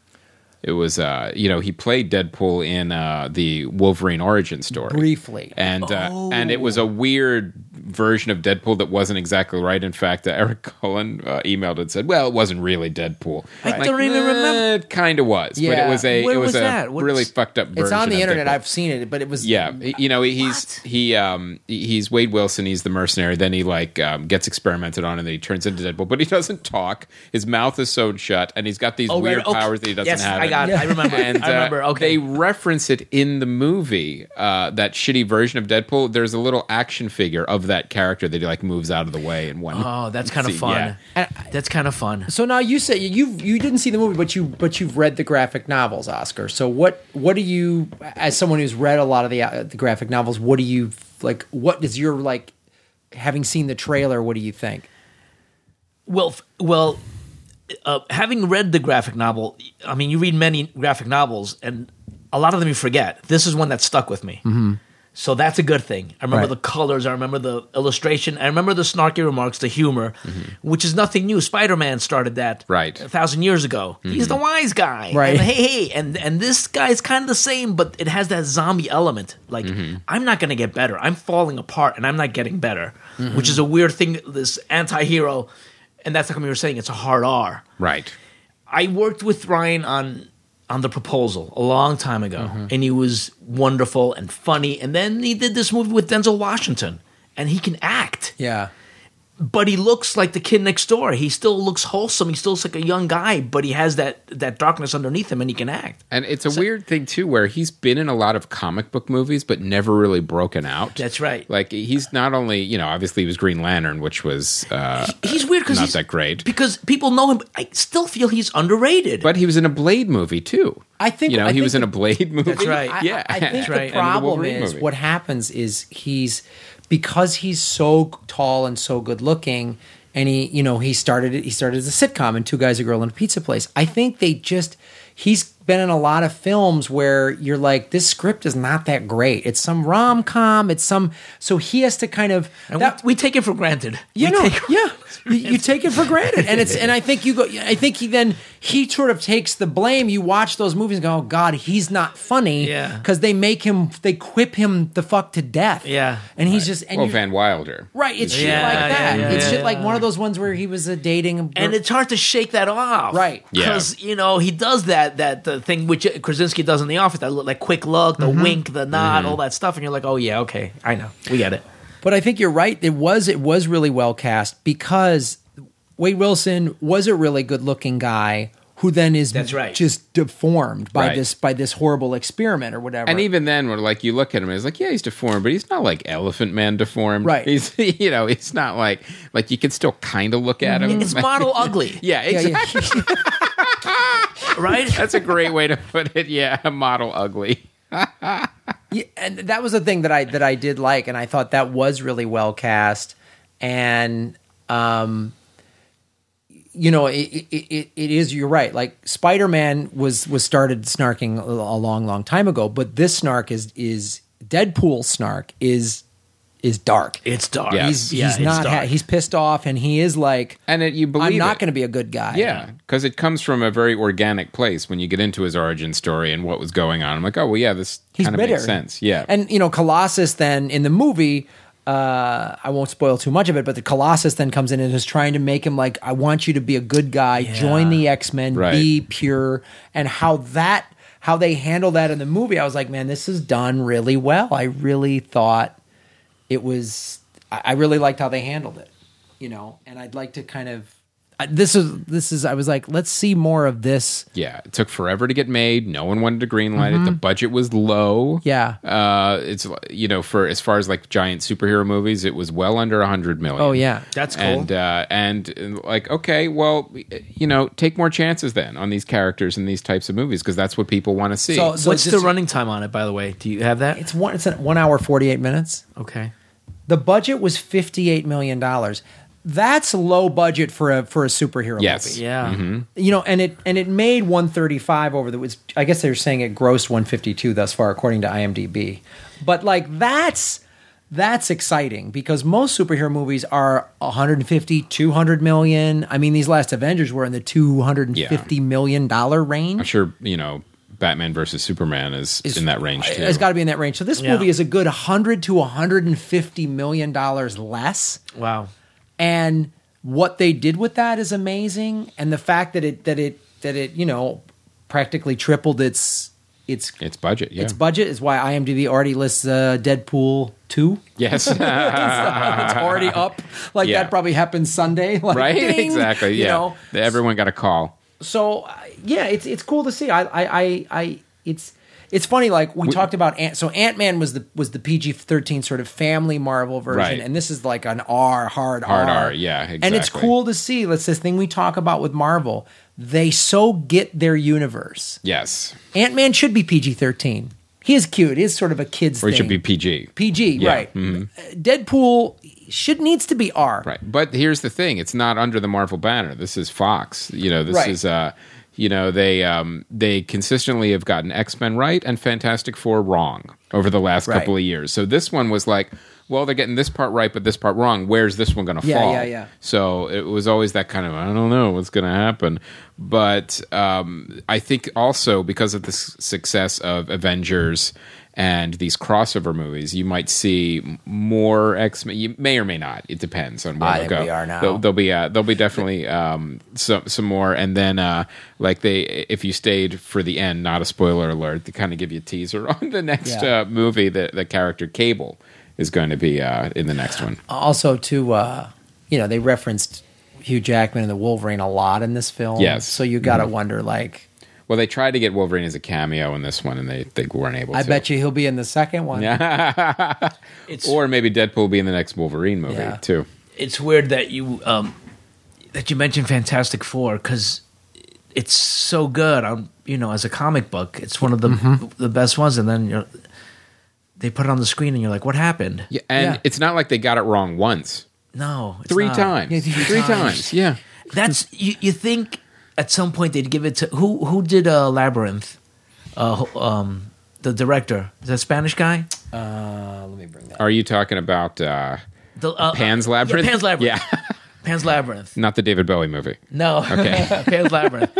Speaker 2: It was, uh, you know, he played Deadpool in uh, the Wolverine origin story
Speaker 1: briefly,
Speaker 2: and uh, and it was
Speaker 3: Oh.
Speaker 2: a weird version of Deadpool that wasn't exactly right. In fact, uh, Eric Cullen uh, emailed and said, "Well, it wasn't really Deadpool. "Eh,
Speaker 3: I don't even remember.
Speaker 2: It kind of was, but
Speaker 1: Yeah.
Speaker 2: it was a
Speaker 3: Where
Speaker 2: it was,
Speaker 3: was
Speaker 2: a
Speaker 3: that? What's-
Speaker 2: really fucked up version.
Speaker 1: it's on the
Speaker 2: of
Speaker 1: internet.
Speaker 2: Deadpool.
Speaker 1: I've seen it, but it was
Speaker 2: Yeah, he- you know he's he um he's Wade Wilson. He's the mercenary. Then he like um, gets experimented on, and then he turns into Deadpool. But he doesn't talk. His mouth is sewed shut, and he's got these
Speaker 3: Oh, right,
Speaker 2: weird
Speaker 3: okay.
Speaker 2: powers that he doesn't
Speaker 3: Yes,
Speaker 2: have.
Speaker 3: I got it. I remember.
Speaker 2: And,
Speaker 3: I remember.
Speaker 2: uh,
Speaker 3: Okay.
Speaker 2: They reference it in the movie. Uh, that shitty version of Deadpool. There's a little action figure of that character that he like moves out of the way in one.
Speaker 3: oh, that's kind of
Speaker 2: See,
Speaker 3: fun.
Speaker 1: yeah.
Speaker 3: That's kind of fun.
Speaker 1: So now you say you you didn't see the movie, but you but you've read the graphic novels, Oscar. So what what do you, as someone who's read a lot of the uh, the graphic novels, what do you like? What does your like having seen the trailer? What do you think?
Speaker 3: Well, f- well, uh, having read the graphic novel, I
Speaker 2: Mm-hmm.
Speaker 3: mean, you read many graphic novels, and a lot of them you forget. This is one that stuck with me. So that's a good thing. I remember
Speaker 1: Right.
Speaker 3: the colors. I remember the illustration. I remember the snarky remarks, the humor, which is nothing new. Spider Man started that
Speaker 2: Mm-hmm. Right.
Speaker 3: a thousand years ago. He's the wise guy,
Speaker 1: Right.
Speaker 3: And hey, hey, and and this guy's kind of the same, but it has that zombie element. Like I'm not gonna get better. I'm falling apart, and I'm not getting better, which is a weird thing. This anti-hero, and that's like we were saying. It's a hard R.
Speaker 2: Right.
Speaker 3: I worked with Ryan on on the proposal a long time ago, and he was wonderful and funny. And then he did this movie with Denzel Washington, and he can act,
Speaker 1: Yeah.
Speaker 3: but he looks like the kid next door. He still looks wholesome. He still looks like a young guy, but he has that that darkness underneath him, and he can act.
Speaker 2: And it's a weird thing too, where he's been in a lot of comic book movies, but never really broken out.
Speaker 3: That's right.
Speaker 2: Like he's not only, you know, obviously he was Green Lantern, which was uh,
Speaker 3: He's weird because
Speaker 2: Not
Speaker 3: he's
Speaker 2: that great.
Speaker 3: because people know him. but I still feel he's underrated.
Speaker 2: But he was in a Blade movie too.
Speaker 1: I think-
Speaker 2: you know
Speaker 1: I
Speaker 2: he
Speaker 1: think
Speaker 2: was in a Blade movie.
Speaker 3: That's right.
Speaker 1: I-
Speaker 2: Yeah,
Speaker 1: I, I think
Speaker 3: That's right.
Speaker 1: the
Speaker 2: And in
Speaker 1: problem
Speaker 2: Wolverine
Speaker 1: is
Speaker 2: movie.
Speaker 1: what happens is he's because he's so tall and so good looking, and he you know he started it. He started as a sitcom and Two Guys, a Girl, and a Pizza Place. I think they just he's been in a lot of films where you're like this script is not that great. It's some rom com. It's some so he has to kind of
Speaker 3: and
Speaker 1: that-
Speaker 3: we, we take it for granted.
Speaker 1: you
Speaker 3: We
Speaker 1: know,
Speaker 3: take-
Speaker 1: yeah, you, you take it for granted, and it's and I think you go. I think he then he sort of takes the blame. You watch those movies, and go, oh God, he's not funny,
Speaker 3: Yeah.
Speaker 1: because they make him, they quip him the fuck to death,
Speaker 3: Yeah.
Speaker 1: and he's just and
Speaker 2: well,
Speaker 1: you-
Speaker 2: Van Wilder.
Speaker 1: right, it's shit
Speaker 3: Yeah,
Speaker 1: like that.
Speaker 3: yeah,
Speaker 1: it's
Speaker 3: yeah,
Speaker 1: shit
Speaker 3: yeah.
Speaker 1: like one of those ones where he was a dating,
Speaker 3: and it's hard to shake that off,
Speaker 1: Right.
Speaker 2: Yeah.
Speaker 3: Because you know he does that that the thing which Krasinski does in The Office, that look like quick look, the
Speaker 1: Mm-hmm.
Speaker 3: wink, the nod,
Speaker 2: Mm-hmm.
Speaker 3: all that stuff, and you're like, oh yeah, okay, I know, we get it.
Speaker 1: But I think you're right. It was it was really well cast because Wade Wilson was a really good looking guy who then is
Speaker 3: That's right.
Speaker 1: just deformed by
Speaker 2: Right.
Speaker 1: this by this horrible experiment or whatever.
Speaker 2: And even then, when like you look at him, it's like, yeah, he's deformed, but he's not like Elephant Man deformed.
Speaker 1: Right.
Speaker 2: He's you know, he's not like like you can still kind of look at him.
Speaker 3: It's model ugly,
Speaker 2: yeah,
Speaker 1: Yeah,
Speaker 2: exactly.
Speaker 1: yeah.
Speaker 3: right?
Speaker 2: That's a great way to put it. Yeah, model ugly.
Speaker 1: Yeah, and that was the thing that I that I did like, and I thought that was really well cast, and um, you know, it it, it, it is. You're right. Like Spider Man was was started snarking a a long, long time ago, but this snark is is Deadpool snark is is dark.
Speaker 3: It's dark.
Speaker 2: Yeah.
Speaker 1: He's,
Speaker 3: Yeah,
Speaker 1: he's
Speaker 3: it's
Speaker 1: not.
Speaker 3: dark.
Speaker 1: Ha- he's pissed off, and he is like,
Speaker 2: And it, you believe
Speaker 1: "I'm not
Speaker 2: it.
Speaker 1: going to be a good guy."
Speaker 2: Yeah, because it comes from a very organic place when you get into his origin story and what was going on. I'm like, oh well, yeah, this
Speaker 1: He's
Speaker 2: kind of
Speaker 1: bitter.
Speaker 2: makes sense. Yeah,
Speaker 1: And you know, Colossus then in the movie, uh, I won't spoil too much of it, but the Colossus then comes in and is trying to make him like, I want you to be a good guy, join the X Men,
Speaker 2: Right.
Speaker 1: be pure, and how that how they handle that in the movie, I was like, man, this is done really well. I really thought it was I I really liked how they handled it, you know, and I'd like to kind of I- this is this is I was like, let's see more of this.
Speaker 2: yeah, it took forever to get made. No one wanted to greenlight it. The budget was low.
Speaker 1: Mm-hmm. Yeah.
Speaker 2: uh, it's you know for as far as like giant superhero movies, it was well under a hundred million.
Speaker 1: Oh yeah.
Speaker 3: That's cool.
Speaker 2: And uh, and uh, like okay, well, you know, take more chances then on these characters and these types of movies because that's what people want to see.
Speaker 1: So- so
Speaker 3: What's the
Speaker 1: just-
Speaker 3: running time on it, by the way? Do you have that?
Speaker 1: It's one it's at one hour forty eight minutes.
Speaker 3: okay.
Speaker 1: The budget was fifty-eight million dollars. That's low budget for a for a superhero
Speaker 2: Yes.
Speaker 1: movie.
Speaker 3: Yeah.
Speaker 2: Mm-hmm.
Speaker 1: You know, and it and it made one thirty-five over the. It's, I guess they were saying it grossed one fifty-two thus far, according to IMDb. But like that's that's exciting because most superhero movies are 150 200 million i mean these last avengers were in the 250 million dollar range
Speaker 2: I'm sure you know Batman versus Superman is, in that range too.
Speaker 1: It's got to be in that range. So this
Speaker 3: Yeah.
Speaker 1: movie is a good 100 to 150 million dollars less,
Speaker 3: Wow.
Speaker 1: and what they did with that is amazing. And the fact that it that it that it you know practically tripled its its
Speaker 2: its budget. Yeah,
Speaker 1: its budget is why IMDb already lists uh, Deadpool two.
Speaker 2: yes.
Speaker 1: it's already up. Like
Speaker 2: Yeah.
Speaker 1: that probably happened Sunday. Like,
Speaker 2: right
Speaker 1: ding,
Speaker 2: exactly yeah
Speaker 1: You know,
Speaker 2: everyone got a call
Speaker 1: so uh, yeah, it's it's cool to see. I I I, I it's it's funny. Like we, talked about Ant. So Ant Man was the was the PG thirteen sort of family Marvel version,
Speaker 2: Right.
Speaker 1: and this is like an R hard
Speaker 2: Hard
Speaker 1: R.
Speaker 2: R, yeah,
Speaker 1: And it's
Speaker 2: exactly.
Speaker 1: cool to see. Let's this thing we talk about with Marvel. They so get their universe.
Speaker 2: yes
Speaker 1: Ant Man should be PG thirteen. He is cute. He is sort of a kid's
Speaker 2: or it
Speaker 1: thing.
Speaker 2: should be pg
Speaker 1: PG,
Speaker 2: Yeah, mm-hmm.
Speaker 1: right? Uh, Deadpool should needs to be R.
Speaker 2: right but here's the thing it's not under the marvel banner this is fox you know this
Speaker 1: Right.
Speaker 2: is uh You know, they um, they consistently have gotten X Men right and Fantastic Four wrong over the last
Speaker 1: Right.
Speaker 2: couple of years. So this one was like, well, they're getting this part right, but this part wrong. Where's this one going to
Speaker 1: Yeah,
Speaker 2: fall?
Speaker 1: yeah, yeah.
Speaker 2: So it was always that kind of I don't know what's going to happen. But um, I think also because of the s- success of Avengers and these crossover movies, you might see m- more X Men. You may or may not. It depends on where
Speaker 1: I
Speaker 2: they
Speaker 1: think
Speaker 2: go.
Speaker 1: we are now.
Speaker 2: There'll, there'll be uh, there'll be definitely um, some some more. And then uh, like they, if you stayed for the end, not a spoiler alert, to kind of give you a teaser on the next
Speaker 1: Yeah.
Speaker 2: uh, movie, the the character Cable is going to be uh, in the next one.
Speaker 1: also to uh you know they referenced Hugh Jackman and the Wolverine a lot in this film.
Speaker 2: Yes.
Speaker 1: So
Speaker 2: Mm-hmm.
Speaker 1: you got to wonder like
Speaker 2: Well, they tried to get Wolverine as a cameo in this one, and they, they weren't able
Speaker 1: I
Speaker 2: to.
Speaker 1: bet you he'll be in the second one. Yeah.
Speaker 3: It's
Speaker 2: Or maybe Deadpool will be in the next Wolverine movie,
Speaker 1: Yeah.
Speaker 2: too.
Speaker 3: it's weird that you um that you mentioned Fantastic Four because it's so good on you know as a comic book. It's one of the
Speaker 2: Mm-hmm.
Speaker 3: the best ones, and then you're, they put it on the screen, and you're like, what happened?
Speaker 2: Yeah, and
Speaker 1: Yeah.
Speaker 2: it's not like they got it wrong once.
Speaker 3: No, it's
Speaker 2: Three
Speaker 3: not.
Speaker 2: times.
Speaker 1: Yeah,
Speaker 2: three
Speaker 1: three
Speaker 2: times.
Speaker 1: times.
Speaker 2: Yeah.
Speaker 3: That's you. You think at some point they'd give it to who? Who did uh, Labyrinth? Uh, who- um, the director, the Spanish guy.
Speaker 1: Uh, let me bring that.
Speaker 2: Are you talking about uh,
Speaker 3: The, uh,
Speaker 2: Pan's
Speaker 3: uh, yeah,
Speaker 2: Labyrinth?
Speaker 3: Pan's Labyrinth.
Speaker 2: Yeah.
Speaker 3: Pan's Labyrinth.
Speaker 2: not the David Bowie movie?
Speaker 3: No.
Speaker 2: Okay.
Speaker 3: Pan's Labyrinth.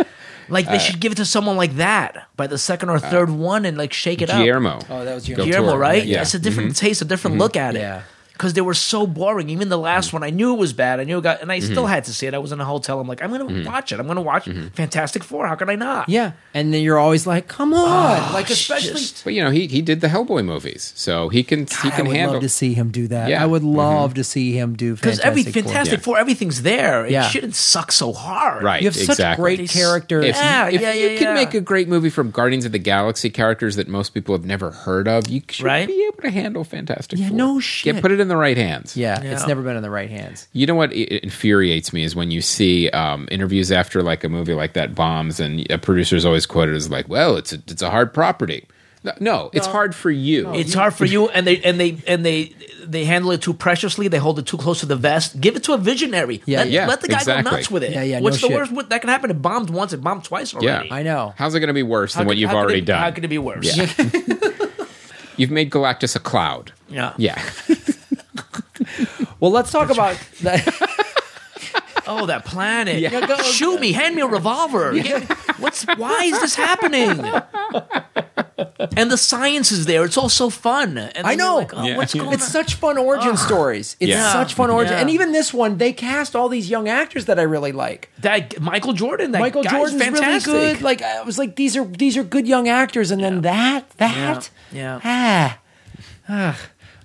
Speaker 3: Like they should give it to someone like that by the second or third one and like shake it up.
Speaker 2: Uh, Guillermo.
Speaker 1: Oh, that was
Speaker 2: Go
Speaker 1: Guillermo.
Speaker 3: Guillermo,
Speaker 2: Toro.
Speaker 3: right?
Speaker 2: Yeah. Mm-hmm.
Speaker 3: It's a different taste, a different look at it.
Speaker 1: Yeah.
Speaker 3: Because they were so boring. Even the
Speaker 2: Mm.
Speaker 3: last one, I knew it was bad. I knew it got, and I still
Speaker 2: Mm-hmm.
Speaker 3: had to see it. I was in a hotel. I'm like, I'm going to watch it. I'm going to watch Fantastic Four. How could I not?
Speaker 1: Yeah. And then you're always like, "Come
Speaker 2: Oh,
Speaker 1: on." like especially
Speaker 3: Just-
Speaker 2: But, you know, he, he did the Hellboy movies, so he can, he
Speaker 1: God,
Speaker 2: can
Speaker 1: I would
Speaker 2: handle
Speaker 1: love to see him do that.
Speaker 2: Yeah. Mm-hmm.
Speaker 1: I would love to see him do
Speaker 3: Because
Speaker 1: Fantastic
Speaker 3: every
Speaker 1: Four.
Speaker 3: Fantastic
Speaker 2: Yeah.
Speaker 3: Four, everything's there. It
Speaker 1: Yeah.
Speaker 3: shouldn't suck so hard.
Speaker 2: Right.
Speaker 1: You have such
Speaker 2: exactly.
Speaker 1: great characters.
Speaker 2: If,
Speaker 3: Yeah,
Speaker 2: you, if
Speaker 3: Ah, yeah,
Speaker 2: you
Speaker 3: yeah,
Speaker 2: can
Speaker 3: yeah.
Speaker 2: make a great movie from Guardians of the Galaxy characters that most people have never heard of, you should
Speaker 3: Right?
Speaker 2: be able to handle Fantastic
Speaker 1: Yeah,
Speaker 2: Four.
Speaker 1: no
Speaker 2: Get-
Speaker 1: shit.
Speaker 2: put it in the right hands.
Speaker 1: yeah,
Speaker 3: Yeah.
Speaker 1: it's never been in the right hands.
Speaker 2: You know what i- it infuriates me is when you see um, interviews after like a movie like that bombs, and a producer's always quoted as like, "Well, it's a, it's a hard property." No, no, it's hard for you.
Speaker 1: Oh,
Speaker 3: It's hard for you, and they and they and they they handle it too preciously. They hold it too close to the vest. Give it to a visionary.
Speaker 1: Yeah,
Speaker 3: let,
Speaker 2: yeah,
Speaker 3: let the guy
Speaker 2: exactly.
Speaker 3: go nuts with it.
Speaker 1: Yeah, yeah, no
Speaker 3: What's the
Speaker 1: shit.
Speaker 3: worst what, that can happen? It bombed once. It bombed twice
Speaker 2: yeah,
Speaker 3: already.
Speaker 1: I know.
Speaker 2: How's it going to be worse
Speaker 3: How
Speaker 2: than what
Speaker 3: could-
Speaker 2: you've
Speaker 3: how could
Speaker 2: already
Speaker 3: it- How
Speaker 2: done?
Speaker 3: could it be worse?
Speaker 2: Yeah. You've made Galactus a cloud.
Speaker 3: Yeah.
Speaker 2: Yeah,
Speaker 1: Well, let's talk about that.
Speaker 3: Oh, that planet!
Speaker 1: Yeah, go-
Speaker 3: Shoot me! Hand me a revolver! Get- What's? Why is this happening? and the science is there. It's all so fun. And then
Speaker 1: I
Speaker 3: you're
Speaker 1: know.
Speaker 3: like, oh,
Speaker 2: Yeah.
Speaker 3: what's going
Speaker 1: It's
Speaker 3: on?
Speaker 1: such fun origin stories. It's
Speaker 2: Yeah.
Speaker 1: such fun origin.
Speaker 3: Yeah.
Speaker 1: And even this one, they cast all these young actors that I really like.
Speaker 3: that Michael Jordan. That
Speaker 1: Michael
Speaker 3: guy's
Speaker 1: Jordan's
Speaker 3: fantastic.
Speaker 1: really good. Like I was like, these are these are good young actors, and then that that
Speaker 3: Yeah.
Speaker 1: Ah. Ah.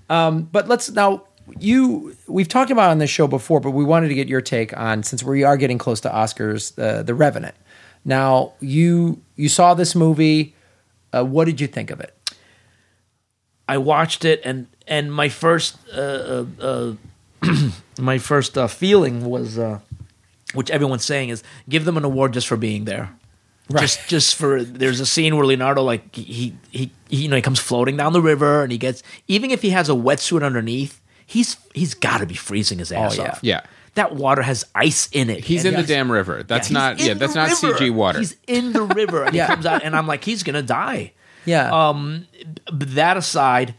Speaker 1: Um, but let's now you we've talked about it on this show before, but we wanted to get your take on since we are getting close to Oscars, uh, The Revenant. Now you you saw this movie. Uh, what did you think of it?
Speaker 3: I watched it, and and my first uh, uh, uh, my first uh, feeling was, uh, which everyone's saying is, give them an award just for being there. Just just for there's a scene where Leonardo like he, he he you know he comes floating down the river and he gets even if he has a wetsuit underneath he's he's got to be freezing his ass
Speaker 1: Oh, yeah.
Speaker 3: off
Speaker 2: Yeah.
Speaker 3: that water has ice in it
Speaker 2: he's
Speaker 3: And
Speaker 2: in the
Speaker 3: yes.
Speaker 2: damn river. That's
Speaker 1: he's
Speaker 2: not.
Speaker 3: He's
Speaker 2: Yeah,
Speaker 3: in
Speaker 2: that's
Speaker 3: the
Speaker 2: not
Speaker 3: river.
Speaker 2: CG water.
Speaker 3: He's in the river and
Speaker 1: Yeah.
Speaker 3: he comes out and I'm like he's gonna die
Speaker 1: Yeah.
Speaker 3: um but that aside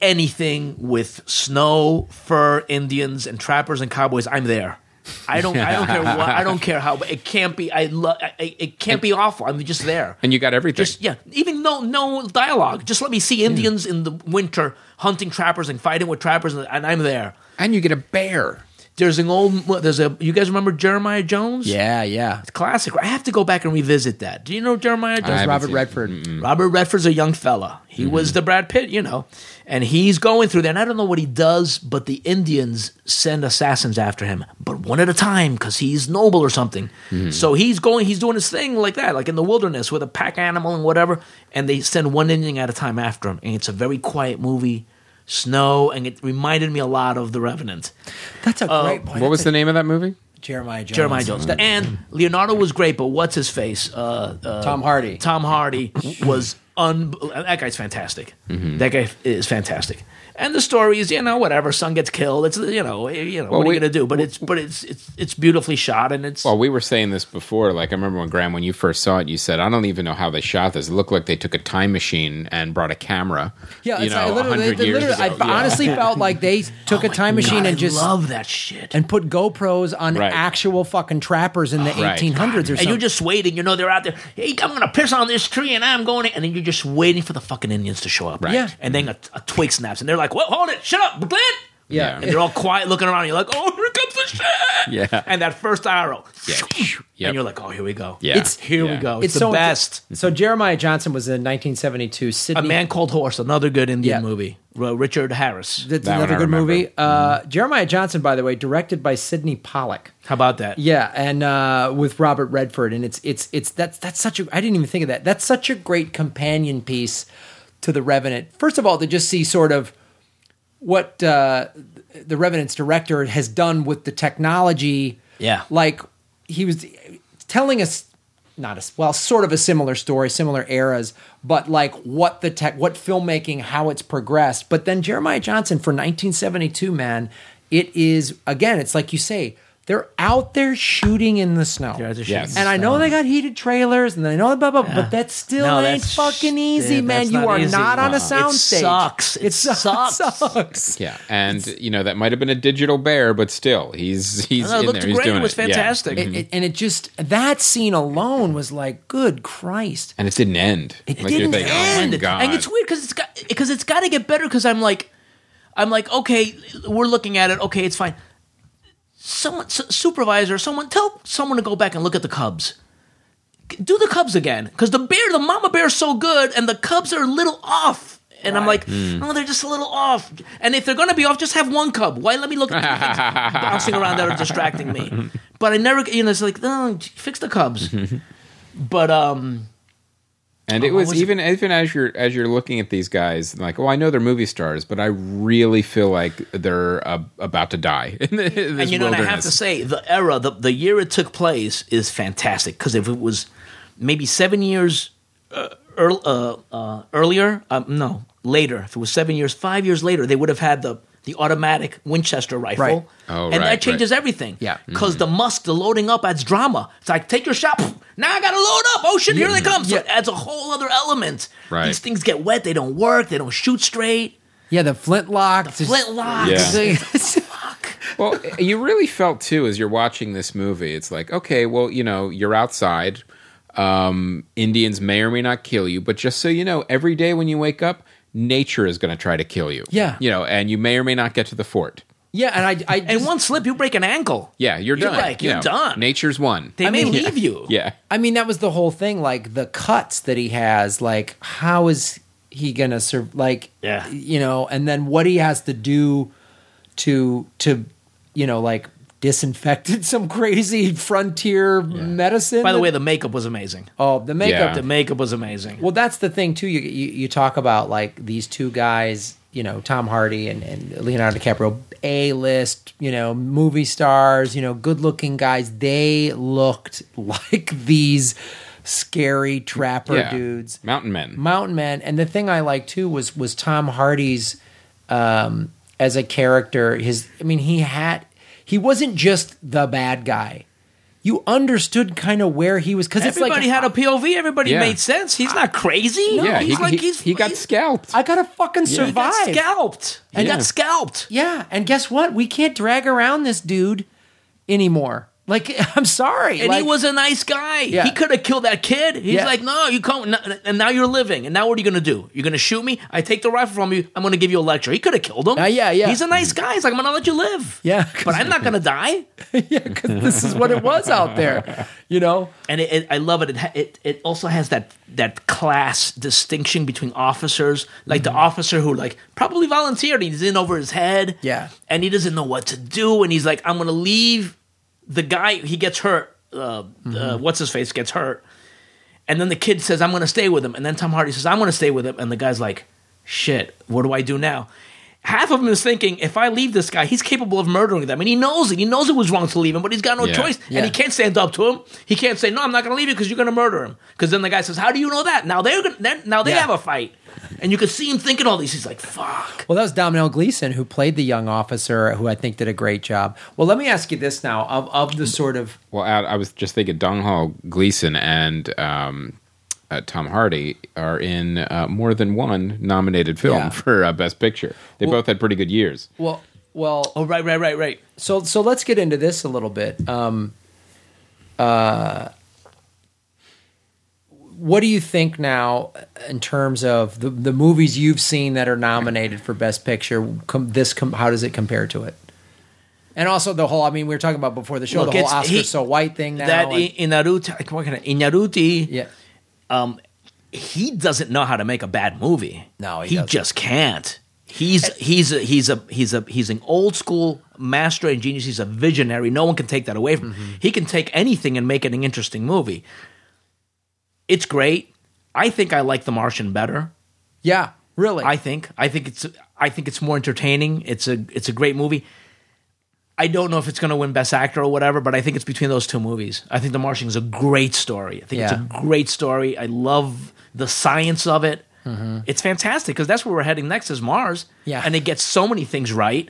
Speaker 3: anything with snow fur indians and trappers and cowboys i'm there i don't i don't care what i don't care how but it can't be i love it can't be awful i'm just there
Speaker 2: and you got everything.
Speaker 3: just yeah even no no dialogue just let me see
Speaker 2: Hmm.
Speaker 3: indians in the winter hunting trappers and fighting with trappers and, and i'm there
Speaker 2: and you get a bear.
Speaker 3: there's an old there's a you guys remember jeremiah jones
Speaker 1: yeah, yeah.
Speaker 3: classic i have to go back and revisit that do you know jeremiah jones
Speaker 2: I haven't
Speaker 1: Robert
Speaker 2: seen it.
Speaker 1: Redford.
Speaker 3: Robert Redford's a young fella. He was the Brad Pitt, you know, and he's going through there. And I don't know what he does, but the Indians send assassins after him, but one at a time because he's noble or something. So he's going, he's doing his thing like that, like in the wilderness with a pack animal and whatever. And they send one Indian at a time after him. And it's a very quiet movie, snow, and it reminded me a lot of The Revenant.
Speaker 1: That's a great point.
Speaker 2: What was the name of that movie?
Speaker 1: Jeremiah Jones?
Speaker 3: Uh, Jeremiah Jones.
Speaker 1: That-
Speaker 3: And Leonardo was great, but what's his face? Uh, uh,
Speaker 1: Tom Hardy.
Speaker 3: Tom Hardy was un- that guy's fantastic.
Speaker 2: Mm-hmm.
Speaker 3: That guy is fantastic. And the story is, you know, whatever. Son gets killed. It's you know, eh, you know, what are
Speaker 2: we-
Speaker 3: you gonna do? But it's but it's it's it's beautifully shot and it's
Speaker 2: Well, Oh, we were saying this before. Like, I remember when Graham, when you first saw it, you said, "I don't even know how they shot this. It looked like they took a time machine and brought a camera."
Speaker 1: Yeah,
Speaker 2: you
Speaker 1: it's like
Speaker 2: know, a
Speaker 1: literally,
Speaker 2: hundred
Speaker 1: they- they
Speaker 2: years
Speaker 1: literally-
Speaker 2: ago.
Speaker 1: I
Speaker 2: Yeah.
Speaker 1: honestly felt like they took a time machine
Speaker 3: Oh God,
Speaker 1: and just
Speaker 3: I love that shit.
Speaker 1: and put GoPros on
Speaker 2: Right.
Speaker 1: actual fucking trappers in the
Speaker 2: Right.
Speaker 1: 1800s or
Speaker 3: and
Speaker 1: something.
Speaker 3: you're just waiting. You know they're out there. Hey, I'm gonna piss on this tree, and I'm going. And then you're just waiting for the fucking Indians to show up.
Speaker 2: Right.
Speaker 1: Yeah.
Speaker 3: And then a, a twig snaps, and they're like, "Well, hold it, shut up, Glenn."
Speaker 1: yeah.
Speaker 2: Yeah.
Speaker 3: And they're all quiet, looking around. And you're like, "Oh, here comes the shit."
Speaker 2: Yeah.
Speaker 3: And that first arrow.
Speaker 2: Yeah. Yep.
Speaker 3: And you're like, "Oh, here we go."
Speaker 2: Yeah.
Speaker 1: It's-
Speaker 3: Here we
Speaker 2: Yeah.
Speaker 3: go. It's, the best.
Speaker 1: So Jeremiah Johnson was in 1972
Speaker 3: A
Speaker 1: Sydney.
Speaker 3: Man Called Horse, another good Indian
Speaker 1: Yeah.
Speaker 3: movie. R- Richard Harris.
Speaker 1: that's
Speaker 2: That one
Speaker 1: another
Speaker 2: I
Speaker 1: good
Speaker 2: remember. Mm-hmm.
Speaker 1: movie. Uh, Jeremiah Johnson, by the way, directed by Sidney Pollack.
Speaker 3: How about that?
Speaker 1: Yeah, and uh, with Robert Redford, and it's it's it's that's that's such a I didn't even think of that. That's such a great companion piece to the Revenant. First of all, to just see sort of what uh, the Revenant's director has done with the technology.
Speaker 3: Yeah.
Speaker 1: like he was telling us not as well, sort of a similar story, similar eras, but like what the tech, what filmmaking, how it's progressed. But then Jeremiah Johnson for 1972, man, it is again. It's like you say, they're out there shooting in the snow.
Speaker 3: Guys are
Speaker 2: Yes.
Speaker 3: shooting
Speaker 1: And I know they got heated trailers, and I know blah blah, but that still
Speaker 3: No,
Speaker 1: ain't
Speaker 3: that's-
Speaker 1: fucking easy,
Speaker 3: dude,
Speaker 1: man.
Speaker 3: that's
Speaker 1: You
Speaker 3: not
Speaker 1: are
Speaker 3: easy.
Speaker 1: not on a
Speaker 3: Uh-uh. It
Speaker 1: soundstage.
Speaker 3: sucks. It
Speaker 1: su-
Speaker 3: sucks.
Speaker 1: sucks.
Speaker 2: Yeah, and you know that might have been a digital bear, but still, he's he's
Speaker 3: No, it
Speaker 2: in
Speaker 3: looked
Speaker 2: there. He's
Speaker 3: great.
Speaker 2: doing
Speaker 3: It was
Speaker 2: Yeah.
Speaker 3: fantastic.
Speaker 1: It- it- and it just that scene alone was like, good Christ.
Speaker 2: and it didn't end. It
Speaker 1: didn't
Speaker 2: Oh my god!
Speaker 3: And it's weird because it's got because it's got to get better. Because I'm like, I'm like, okay, we're looking at it. Okay, it's fine. Someone, s- supervisor, someone, tell someone to go back and look at the Cubs. Do the Cubs again because the bear, the mama bear's so good, and the Cubs are a little off. And I'm like,
Speaker 2: Hmm.
Speaker 3: oh, they're just a little off. And if they're going to be off, just have one cub. Why let me look at two things bouncing around that are distracting me? But I never, you know, it's like, no, fix the Cubs. but um,
Speaker 2: And it
Speaker 3: what
Speaker 2: was,
Speaker 3: was it?
Speaker 2: even even as you're as you're looking at these guys, like, oh, I know they're movie stars, but I really feel like they're uh, about to die. in this
Speaker 3: and you know, and I have
Speaker 2: wilderness.
Speaker 3: to say, the era, the, the year it took place is fantastic because if it was maybe seven years uh, earl, uh, uh, earlier, um, no, later, if it was seven years, five years later, they would have had the the automatic Winchester rifle,
Speaker 1: Right.
Speaker 3: and
Speaker 2: Oh, right, Mm-hmm.
Speaker 3: that changes everything.
Speaker 1: Yeah.
Speaker 3: because the musk, the loading up adds drama. It's like take your shot. pff, Now I gotta load up. Oh shit, here they come. So it adds a whole other element.
Speaker 2: Right.
Speaker 3: These things get wet. They don't work. They don't shoot straight.
Speaker 1: Yeah, the flintlock. just-
Speaker 3: Flintlocks.
Speaker 2: Yeah.
Speaker 3: Fuck.
Speaker 2: well, you really felt too as you're watching this movie. It's like, okay, well, you know, you're outside. Um, Indians may or may not kill you, but just so you know, every day when you wake up, nature is going to try to kill you.
Speaker 1: Yeah.
Speaker 2: you know, and you may or may not get to the fort.
Speaker 1: yeah, and I, I
Speaker 3: And
Speaker 1: just-
Speaker 3: one slip, you break an ankle.
Speaker 2: Yeah, you're,
Speaker 3: You're
Speaker 2: done.
Speaker 3: like,
Speaker 2: You
Speaker 3: you're done.
Speaker 2: Nature's won.
Speaker 3: They may
Speaker 1: mean,
Speaker 3: leave you.
Speaker 2: yeah,
Speaker 1: I mean, that was the whole thing. Like the cuts that he has. Like how is he gonna serve? Like
Speaker 3: Yeah.
Speaker 1: you know. And then what he has to do to to you know like disinfected some crazy frontier medicine.
Speaker 3: By the
Speaker 1: that-
Speaker 3: way, the makeup was amazing.
Speaker 1: oh the makeup.
Speaker 2: Yeah.
Speaker 3: The makeup was amazing.
Speaker 1: Well, that's the thing too. You, you you talk about like these two guys, you know, Tom Hardy and, and Leonardo DiCaprio, A list, you know, movie stars, you know, good looking guys. They looked like these scary trapper
Speaker 2: yeah.
Speaker 1: dudes,
Speaker 2: mountain men.
Speaker 1: mountain men. And the thing I liked too was was Tom Hardy's um, as a character. His, I mean, he had he wasn't just the bad guy. You understood kind of where he was because it's like
Speaker 3: Everybody had a POV. Everybody
Speaker 2: Yeah.
Speaker 3: made sense. He's not crazy.
Speaker 2: yeah,
Speaker 3: he's
Speaker 2: he,
Speaker 3: like
Speaker 2: he,
Speaker 3: he's
Speaker 2: he got
Speaker 3: he's-
Speaker 2: scalped.
Speaker 1: I gotta fucking
Speaker 3: he got
Speaker 1: survive.
Speaker 3: scalped. He
Speaker 2: Yeah.
Speaker 3: got scalped.
Speaker 1: yeah, and guess what? We can't drag around this dude anymore. Like, I'm sorry.
Speaker 3: And
Speaker 1: like,
Speaker 3: he was a nice guy.
Speaker 1: Yeah.
Speaker 3: He could have killed that kid. He's
Speaker 1: Yeah.
Speaker 3: like, no, you can't. no- And now you're living. And now what are you going to do? You're going to shoot me? I take the rifle from you. I'm going to give you a lecture. He could have killed him.
Speaker 1: Uh, yeah, yeah.
Speaker 3: He's a nice guy. He's like, I'm going to let you live.
Speaker 1: Yeah, 'cause-
Speaker 3: But I'm not going to die.
Speaker 1: yeah, because this is what it was out there. You know,
Speaker 3: and it, it, I love it. It, ha- it. it also has that that class distinction between officers, like
Speaker 1: Mm-hmm.
Speaker 3: the officer who like probably volunteered, and he's in over his head,
Speaker 1: Yeah.
Speaker 3: and he doesn't know what to do, and he's like, I'm gonna leave. The guy he gets hurt. Uh, uh,
Speaker 1: Mm-hmm.
Speaker 3: what's his face gets hurt, and then the kid says, I'm gonna stay with him, and then Tom Hardy says, I'm gonna stay with him, and the guy's like, Shit, what do I do now? half of him is thinking, if I leave this guy, he's capable of murdering them. And he knows it. He knows it was wrong to leave him, but he's got no
Speaker 2: Yeah.
Speaker 3: choice.
Speaker 1: Yeah.
Speaker 3: And he can't stand up to him. He can't say, no, I'm not going to leave you because you're going to murder him. Because then the guy says, how do you know that? Now they're gonna, then- now they
Speaker 1: Yeah.
Speaker 3: have a fight. And you can see him thinking all these. He's like, fuck.
Speaker 1: Well, that was Domhnall Gleeson who played the young officer, who I think did a great job. Well, let me ask you this now: of of the sort of
Speaker 2: Well, I, I was just thinking Donghall Gleason and um, uh, Tom Hardy are in uh, more than one nominated film
Speaker 1: Yeah.
Speaker 2: for uh, Best Picture. They both had pretty good years.
Speaker 1: well, well,
Speaker 3: Oh, right, right, right, right.
Speaker 1: so so let's get into this a little bit. Um, uh, what do you think now in terms of the the movies you've seen that are nominated for Best Picture? Com- this com- how does it compare to it? And also the whole—I mean, we were talking about before the show
Speaker 3: Look,
Speaker 1: the whole
Speaker 3: it's-
Speaker 1: Oscar
Speaker 3: he-
Speaker 1: so white thing now.
Speaker 3: that
Speaker 1: and-
Speaker 3: I- Inaruti, I- what can I- Inaruti,
Speaker 1: yeah,
Speaker 3: um, he doesn't know how to make a bad movie.
Speaker 1: No, he
Speaker 3: he,
Speaker 1: doesn't.
Speaker 3: just can't. He's he's a, he's a he's a he's an old school master and genius. He's a visionary. No one can take that away from him.
Speaker 1: Mm-hmm.
Speaker 3: He can take anything and make it an interesting movie. It's great. I think I like The Martian better.
Speaker 1: yeah, really.
Speaker 3: I think. I think it's. I think it's more entertaining. It's a. It's a great movie. I don't know if it's going to win Best Actor or whatever, but I think it's between those two movies. I think The Martian is a great story. I think it's
Speaker 1: Yeah.
Speaker 3: a great story. I love the science of it. It's fantastic because that's where we're heading next is Mars.
Speaker 1: Mm-hmm. Yeah. Mm-hmm.
Speaker 3: and it gets so many things right.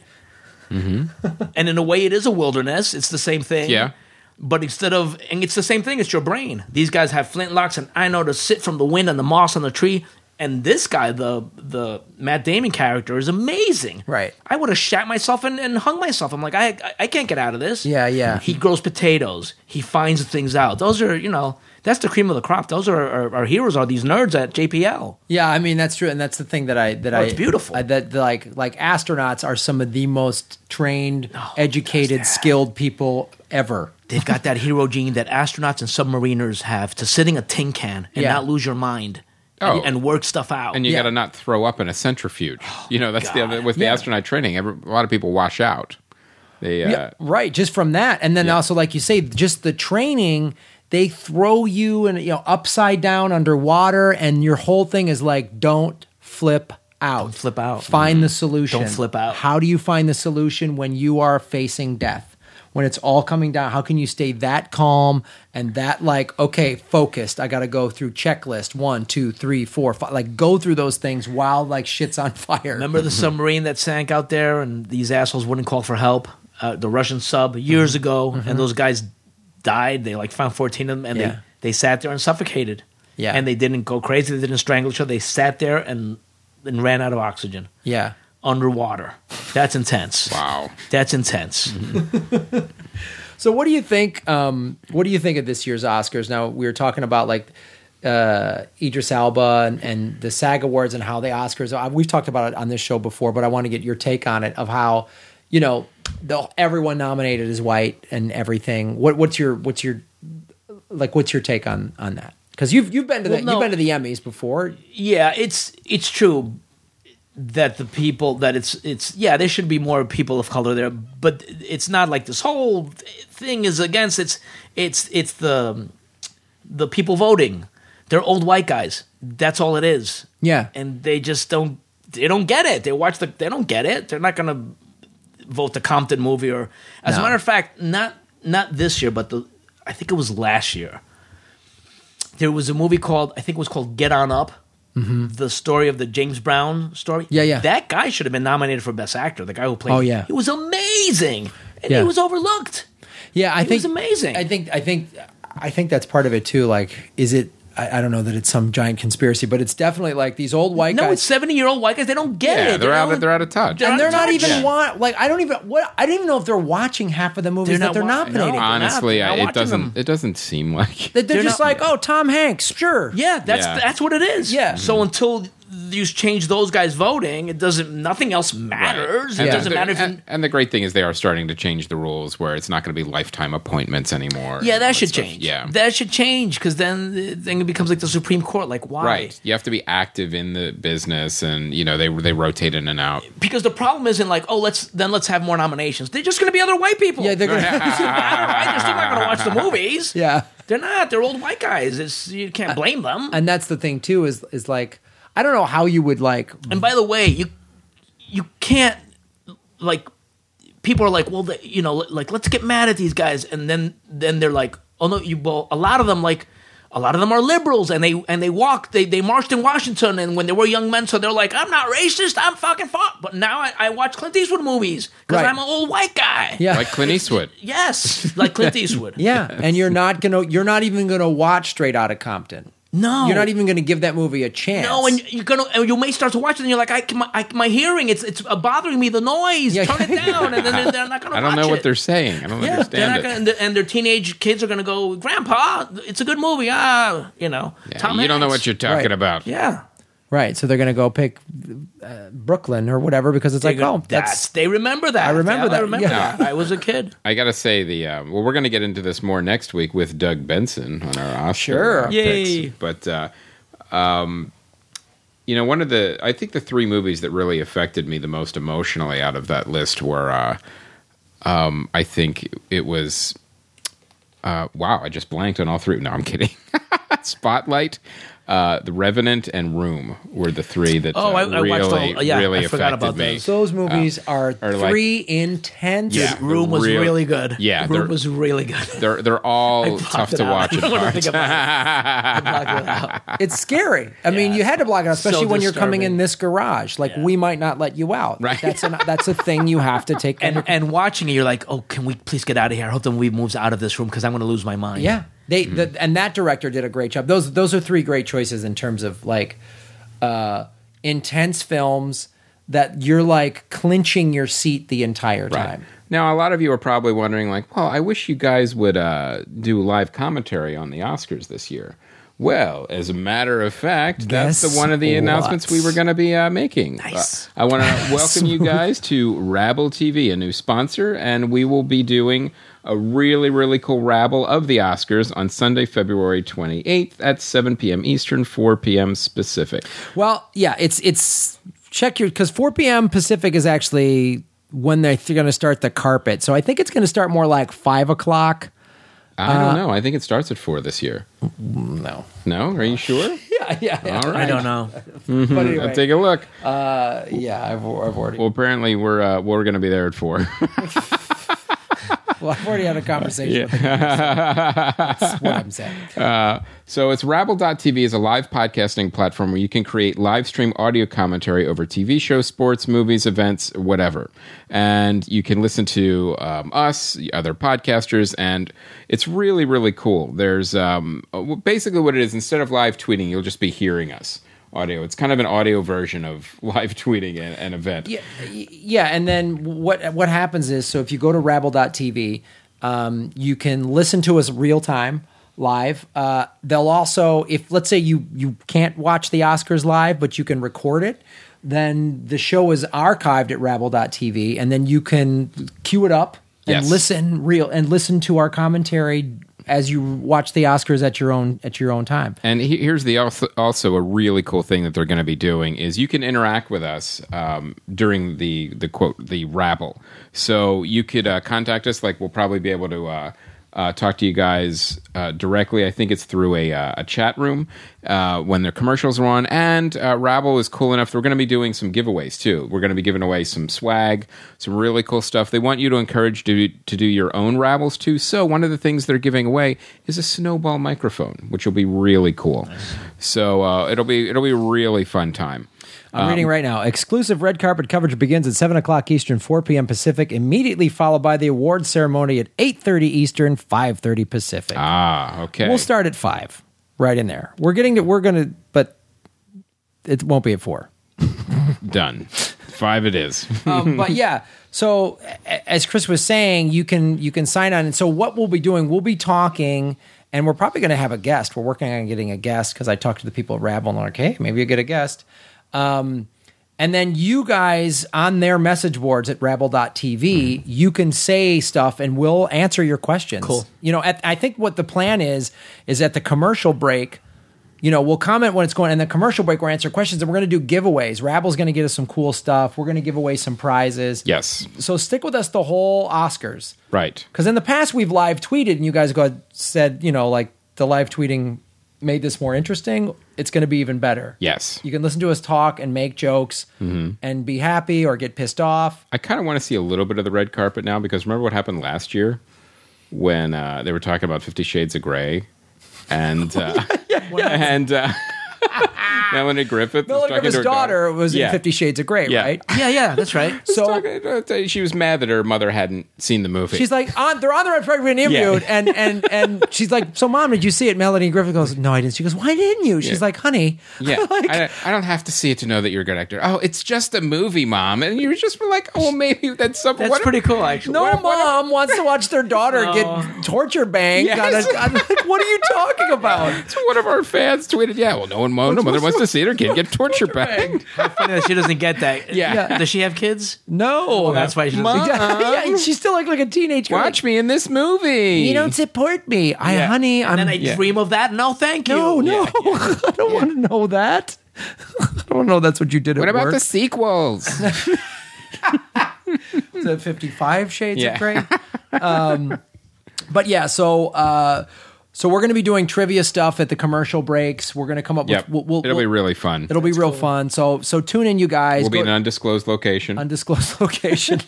Speaker 3: and in a way, it is a wilderness. It's the same thing.
Speaker 2: Yeah.
Speaker 3: But instead of, and it's the same thing, it's your brain. These guys have flintlocks, and I know to sit from the wind and the moss on the tree. And this guy, the the Matt Damon character, is amazing.
Speaker 1: Right.
Speaker 3: I would have shat myself and, and hung myself. I'm like, I, I I can't get out of this.
Speaker 1: Yeah, yeah.
Speaker 3: He grows potatoes. He finds things out. Those are you know that's the cream of the crop. Those are our, our heroes. Are these nerds at JPL?
Speaker 1: Yeah, I mean that's true, and that's the thing that I that I
Speaker 3: Oh, it's beautiful.
Speaker 1: I, that like like astronauts are some of the most trained, educated, skilled people ever.
Speaker 3: They've got that hero gene that astronauts and submariners have to sitting a tin can and
Speaker 1: Yeah.
Speaker 3: not lose your mind
Speaker 2: Oh.
Speaker 3: and, and work stuff out.
Speaker 2: And you
Speaker 1: Yeah.
Speaker 2: got to not throw up in a centrifuge. you know, that's the
Speaker 3: Oh God.
Speaker 2: other with the astronaut training. Every, a lot of people wash out. They, uh,
Speaker 1: Yeah, right. Just from that, and then also like you say, just the training. They throw you and you know upside down underwater, and your whole thing is like, don't flip out. Don't
Speaker 3: flip out. Mm-hmm.
Speaker 1: Find the solution.
Speaker 3: Don't flip out.
Speaker 1: How do you find the solution when you are facing death? When it's all coming down, how can you stay that calm and that like okay focused? I got to go through checklist one, two, three, four, five. Like go through those things while like shit's on fire.
Speaker 3: Remember the submarine that sank out there, and these assholes wouldn't call for help. Uh, the Russian sub years
Speaker 1: Mm-hmm.
Speaker 3: ago, and those guys died. They like found fourteen of them, and
Speaker 1: Yeah.
Speaker 3: they they sat there and suffocated.
Speaker 1: Yeah.
Speaker 3: and they didn't go crazy. They didn't strangle each other. They sat there and and ran out of oxygen
Speaker 1: Yeah,
Speaker 3: underwater. That's intense.
Speaker 2: Wow.
Speaker 3: That's intense.
Speaker 1: So what do you think? Um, what do you think of this year's Oscars? Now we were talking about like uh, Idris Alba and, and the SAG Awards and how the Oscars. I- We've talked about it on this show before, but I want to get your take on it of how you know the, everyone nominated is white and everything. What, what's your what's your like what's your take on on that? Because you've you've been to the,
Speaker 3: Well, no.
Speaker 1: you've been to the Emmys before.
Speaker 3: yeah, it's it's true that the people that it's it's yeah, there should be more people of color there, but it's not like this whole thing is against it's it's it's the the people voting. They're old white guys. That's all it is.
Speaker 1: Yeah.
Speaker 3: And they just don't they don't get it. They watch the they don't get it. They're not going to vote the Compton movie or as
Speaker 1: No.
Speaker 3: a matter of fact, not not this year, but the I think it was last year. There was a movie called I think it was called Get On Up. The story of the James Brown story.
Speaker 1: Mm-hmm. Yeah, yeah.
Speaker 3: That guy should have been nominated for Best Actor. The guy who played.
Speaker 1: Oh, yeah.
Speaker 3: He was amazing, and
Speaker 1: Yeah.
Speaker 3: he was overlooked.
Speaker 1: Yeah, I
Speaker 3: It
Speaker 1: think
Speaker 3: was amazing.
Speaker 1: I think I think I think that's part of it too. Like, is it? I, I don't know that it's some giant conspiracy, but it's definitely like these old white
Speaker 3: No,
Speaker 1: guys.
Speaker 3: it's seventy-year-old white guys. They don't get
Speaker 2: Yeah,
Speaker 3: it.
Speaker 2: they're out
Speaker 3: don't-
Speaker 2: of- they're out of touch.
Speaker 1: and they're not
Speaker 3: touch.
Speaker 1: even
Speaker 3: Yeah.
Speaker 1: want like I don't even what I don't even know if they're watching half of the movies
Speaker 3: They're
Speaker 1: that
Speaker 3: not
Speaker 1: they're
Speaker 3: wa-
Speaker 1: nominating.
Speaker 3: no,
Speaker 1: They're,
Speaker 2: Honestly,
Speaker 3: not- they're
Speaker 2: I, it
Speaker 3: watching
Speaker 2: doesn't.
Speaker 3: them.
Speaker 2: It doesn't seem like.
Speaker 1: they're
Speaker 3: they're
Speaker 1: just
Speaker 3: not-
Speaker 1: like, oh, Tom Hanks, sure,
Speaker 3: Yeah, that's
Speaker 2: Yeah.
Speaker 3: that's what it is.
Speaker 1: Yeah. Mm-hmm.
Speaker 3: So until you change those guys voting, it doesn't. Nothing else matters.
Speaker 2: And
Speaker 3: It
Speaker 2: the-
Speaker 3: doesn't
Speaker 2: the-
Speaker 3: matter if. you-
Speaker 2: and, and the great thing is they are starting to change the rules where it's not going to be lifetime appointments anymore.
Speaker 3: yeah,
Speaker 2: and all
Speaker 3: that should
Speaker 2: stuff.
Speaker 3: change.
Speaker 2: Yeah,
Speaker 3: that should change because then then it becomes like the Supreme Court. Like why?
Speaker 2: right. You have to be active in the business, and you know they they rotate in and out.
Speaker 3: Because the problem isn't like oh let's then let's have more nominations. They're just going to be other white people.
Speaker 1: yeah, they're gonna,
Speaker 3: Right? They're still not going to watch the movies.
Speaker 1: yeah.
Speaker 3: They're not. They're old white guys. It's you can't blame them.
Speaker 1: And that's the thing too is is like I don't know how you would like
Speaker 3: And by the way, you you can't like people are like, well, the, you know, like let's get mad at these guys, and then then they're like, oh no, you well, a lot of them like. A lot of them are liberals, and they and they walked, they they marched in Washington, and when they were young men, so they're like, "I'm not racist, I'm fucking fuck." But now I, I watch Clint Eastwood movies because
Speaker 1: Right.
Speaker 3: I'm an old white guy.
Speaker 1: Yeah.
Speaker 2: like Clint Eastwood.
Speaker 3: Yes, like Clint Eastwood.
Speaker 1: yeah, and you're not gonna, you're not even gonna watch Straight Outta Compton.
Speaker 3: No.
Speaker 1: you're not even gonna give that movie a chance.
Speaker 3: No, and you're gonna, and you may start to watch it, and you're like, I, can- my, I, my hearing, it's, it's uh, bothering me. The noise,
Speaker 1: Yeah.
Speaker 3: turn it down, and then they're, they're not gonna.
Speaker 2: I don't
Speaker 3: watch
Speaker 2: know
Speaker 3: it.
Speaker 2: what they're saying. I don't
Speaker 3: Yeah, they're
Speaker 2: understand
Speaker 3: not
Speaker 2: it.
Speaker 3: gonna, and, the- and their teenage kids are gonna go, Grandpa, it's a good movie. Ah, you know,
Speaker 2: Yeah,
Speaker 3: Tom
Speaker 2: you don't know
Speaker 3: Hanks.
Speaker 2: what you're talking
Speaker 1: Right.
Speaker 2: about.
Speaker 3: Yeah,
Speaker 1: right, so they're gonna go pick uh, Brooklyn or whatever because it's like,
Speaker 3: They go,
Speaker 1: oh, that's
Speaker 3: they remember that.
Speaker 1: I remember
Speaker 3: Yeah, I
Speaker 1: that.
Speaker 3: remember
Speaker 1: Yeah.
Speaker 3: that. I was a kid.
Speaker 2: I gotta say the uh, well, we're gonna get into this more next week with Doug Benson on our Oscar
Speaker 1: Sure.
Speaker 2: uh,
Speaker 3: Yay.
Speaker 2: picks. But uh, um, you know, one of the I think the three movies that really affected me the most emotionally out of that list were uh, um, I think it was uh, wow I just blanked on all three. No, I'm kidding. Spotlight. Uh, the Revenant and Room were the three that
Speaker 3: Oh,
Speaker 2: uh,
Speaker 3: I- I
Speaker 2: really,
Speaker 3: watched all- yeah,
Speaker 2: really
Speaker 3: I forgot
Speaker 2: affected
Speaker 3: about
Speaker 2: me.
Speaker 3: those.
Speaker 1: those movies
Speaker 3: Oh.
Speaker 1: are,
Speaker 2: are like-
Speaker 1: three intense.
Speaker 2: Yeah.
Speaker 3: Dude, Room was
Speaker 2: real-
Speaker 3: really good.
Speaker 2: yeah, they're-
Speaker 3: Room was really good.
Speaker 2: They're they're all tough
Speaker 3: Blocked it
Speaker 2: to
Speaker 3: out.
Speaker 2: watch.
Speaker 3: I
Speaker 2: and
Speaker 3: don't wanna
Speaker 2: hard.
Speaker 3: think about it. I blocked it out.
Speaker 1: It's scary. I mean, you had to block it out,
Speaker 3: So
Speaker 1: especially when you're coming
Speaker 3: disturbing.
Speaker 1: in this garage. Like,
Speaker 3: Yeah.
Speaker 1: we might not let you out.
Speaker 2: Right.
Speaker 1: That's an, that's a thing you have to take.
Speaker 3: and
Speaker 1: under-
Speaker 3: and watching it, you're like, oh, can we please get out of here? I hope the movie moves out of this room because I'm going to lose my mind.
Speaker 1: yeah, they the, and that director did a great job. Those those are three great choices in terms of like uh, intense films that you're like clinching your seat the entire time.
Speaker 2: Now, a lot of you are probably wondering, like, well, I wish you guys would uh, do live commentary on the Oscars this year. Well, as a matter of fact, that's
Speaker 1: Guess
Speaker 2: the one of the
Speaker 1: what?
Speaker 2: announcements we were going to be uh, making.
Speaker 3: Nice.
Speaker 2: Uh, I want to welcome you guys to Rabble TV, a new sponsor, and we will be doing a really, really cool rabble of the Oscars on Sunday, February 28th at 7 p.m. Eastern, 4 p.m. Pacific.
Speaker 1: Well, yeah, it's it's check your because 4 p.m. Pacific is actually when they're going to start the carpet. So I think it's going to start more like five o'clock.
Speaker 2: I
Speaker 1: Uh,
Speaker 2: don't know. I think it starts at 4 this year.
Speaker 1: No.
Speaker 2: No? Are you sure?
Speaker 1: Yeah, yeah, yeah.
Speaker 2: All right.
Speaker 3: I don't know.
Speaker 1: But
Speaker 2: I'll
Speaker 1: anyway,
Speaker 2: take a look.
Speaker 1: yeah, I've, I've already
Speaker 2: Well, apparently we're uh, we're going to be there at four.
Speaker 1: Well, I've already had a conversation with him. That's what I'm saying.
Speaker 2: so it's Rabble.tv is a live podcasting platform where you can create live stream audio commentary over TV shows, sports, movies, events, whatever, and you can listen to um, us, the other podcasters, and it's really really cool. There's um, uh, well, basically what it is. Instead of live tweeting, you'll just be hearing us audio. It's kind of an audio version of live tweeting an, an event.
Speaker 1: Yeah, y- yeah, and then what what happens is so if you go to rabble.tv, um, you can listen to us real time live. Uh, they'll also if let's say you you can't watch the Oscars live, but you can record it, then the show is archived at rabble.tv and then you can queue it up and
Speaker 2: Yes.
Speaker 1: listen real and listen to our commentary as you watch the Oscars at your own at your own time.
Speaker 2: And he- here's the also, also a really cool thing that they're going to be doing is you can interact with us um, during the the quote the rabble. So you could uh, contact us. Like we'll probably be able to. Uh, uh, talk to you guys uh, directly. I think it's through a, uh, a chat room uh, when their commercials are on. And uh, Rabble is cool enough. We're going to be doing some giveaways too. We're going to be giving away some swag, some really cool stuff. They want you to encourage to, to do your own Rabbles too. So one of the things they're giving away is a snowball microphone, which will be really cool. So uh, it'll be it'll be a really fun time.
Speaker 1: I'm reading right now. Exclusive red carpet coverage begins at seven o'clock Eastern, four p.m. Pacific. Immediately followed by the awards ceremony at eight thirty Eastern, five thirty Pacific.
Speaker 2: Ah, okay.
Speaker 1: We'll start at five, right in there. We're getting to. We're gonna, but it won't be at four.
Speaker 2: Done. Five it is.
Speaker 1: um, but yeah so a- as chris was saying you can you can sign on and so what we'll be doing we'll be talking and we're probably going to have a guest we're working on getting a guest because i talked to the people at rabble and they're like hey maybe you get a guest um, and then you guys on their message boards at rabble.tv you can say stuff and we'll answer your questions
Speaker 3: Cool.
Speaker 1: you know at, i think what the plan is is at the commercial break you know, we'll comment when it's going, and the commercial break, we'll answer questions, and we're going to do giveaways. Rabble's going to get us some cool stuff. We're going to give away some prizes.
Speaker 2: yes.
Speaker 1: So stick with us the whole Oscars.
Speaker 2: Right.
Speaker 1: Because in the past, we've live tweeted, and you guys go said, you know, like the live tweeting made this more interesting, it's going to be even better.
Speaker 2: Yes.
Speaker 1: You can listen to us talk and make jokes
Speaker 2: Mm-hmm.
Speaker 1: and be happy or get pissed off.
Speaker 2: I kind of want to see a little bit of the red carpet now because remember what happened last year when uh, they were talking about Fifty Shades of Grey and uh, and uh, Melanie Griffith was
Speaker 1: Melanie
Speaker 2: talking to
Speaker 1: Griffith's
Speaker 2: her daughter,
Speaker 1: daughter was
Speaker 2: yeah.
Speaker 1: in Fifty Shades of Grey,
Speaker 2: Yeah.
Speaker 1: right?
Speaker 3: Yeah, yeah, that's right.
Speaker 1: So
Speaker 2: Talking- uh, She was mad that her mother hadn't seen the movie.
Speaker 1: she's like, on, they're on the red carpet being interviewed, and and and she's like, so mom, did you see it? Melanie Griffith goes, no, I didn't. She goes, why didn't you? She's
Speaker 2: Yeah.
Speaker 1: like, honey,
Speaker 2: yeah,
Speaker 1: like,
Speaker 2: I, don't- I don't have to see it to know that you're a good actor. Oh, it's just a movie, mom. And you just were like, oh, maybe that's something.
Speaker 3: That's pretty cool, actually.
Speaker 1: no
Speaker 2: what- what- Oh.
Speaker 1: mom wants to watch their daughter get torture banged.
Speaker 2: Yes.
Speaker 1: On a, on, like, what are you talking about?
Speaker 2: So one of our fans tweeted, "Yeah, well, no one, no mother wants to see their kid get torture banged."
Speaker 3: How funny that she doesn't get that.
Speaker 2: Yeah. Yeah.
Speaker 3: Does she have kids?
Speaker 1: No,
Speaker 3: Well, that's why she doesn't.
Speaker 2: Mom.
Speaker 1: yeah, yeah, she's still like like a teenage girl.
Speaker 2: Watch me in this movie.
Speaker 1: You don't support me. I,
Speaker 3: Yeah.
Speaker 1: honey, I'm.
Speaker 3: And then I dream of that. No, thank you.
Speaker 1: no, no, I don't want to know that. I don't want to know that's what you did at
Speaker 2: What about
Speaker 1: work.
Speaker 2: the sequels?
Speaker 1: the 55 shades
Speaker 2: Yeah.
Speaker 1: of gray um, but yeah so uh, so we're going to be doing trivia stuff at the commercial breaks we're going to come up
Speaker 2: yep,
Speaker 1: with we'll, we'll,
Speaker 2: it'll be
Speaker 1: we'll-
Speaker 2: really fun.
Speaker 1: it'll be real fun so so tune in you guys
Speaker 2: we'll be
Speaker 1: Go-
Speaker 2: in an undisclosed location.
Speaker 1: undisclosed location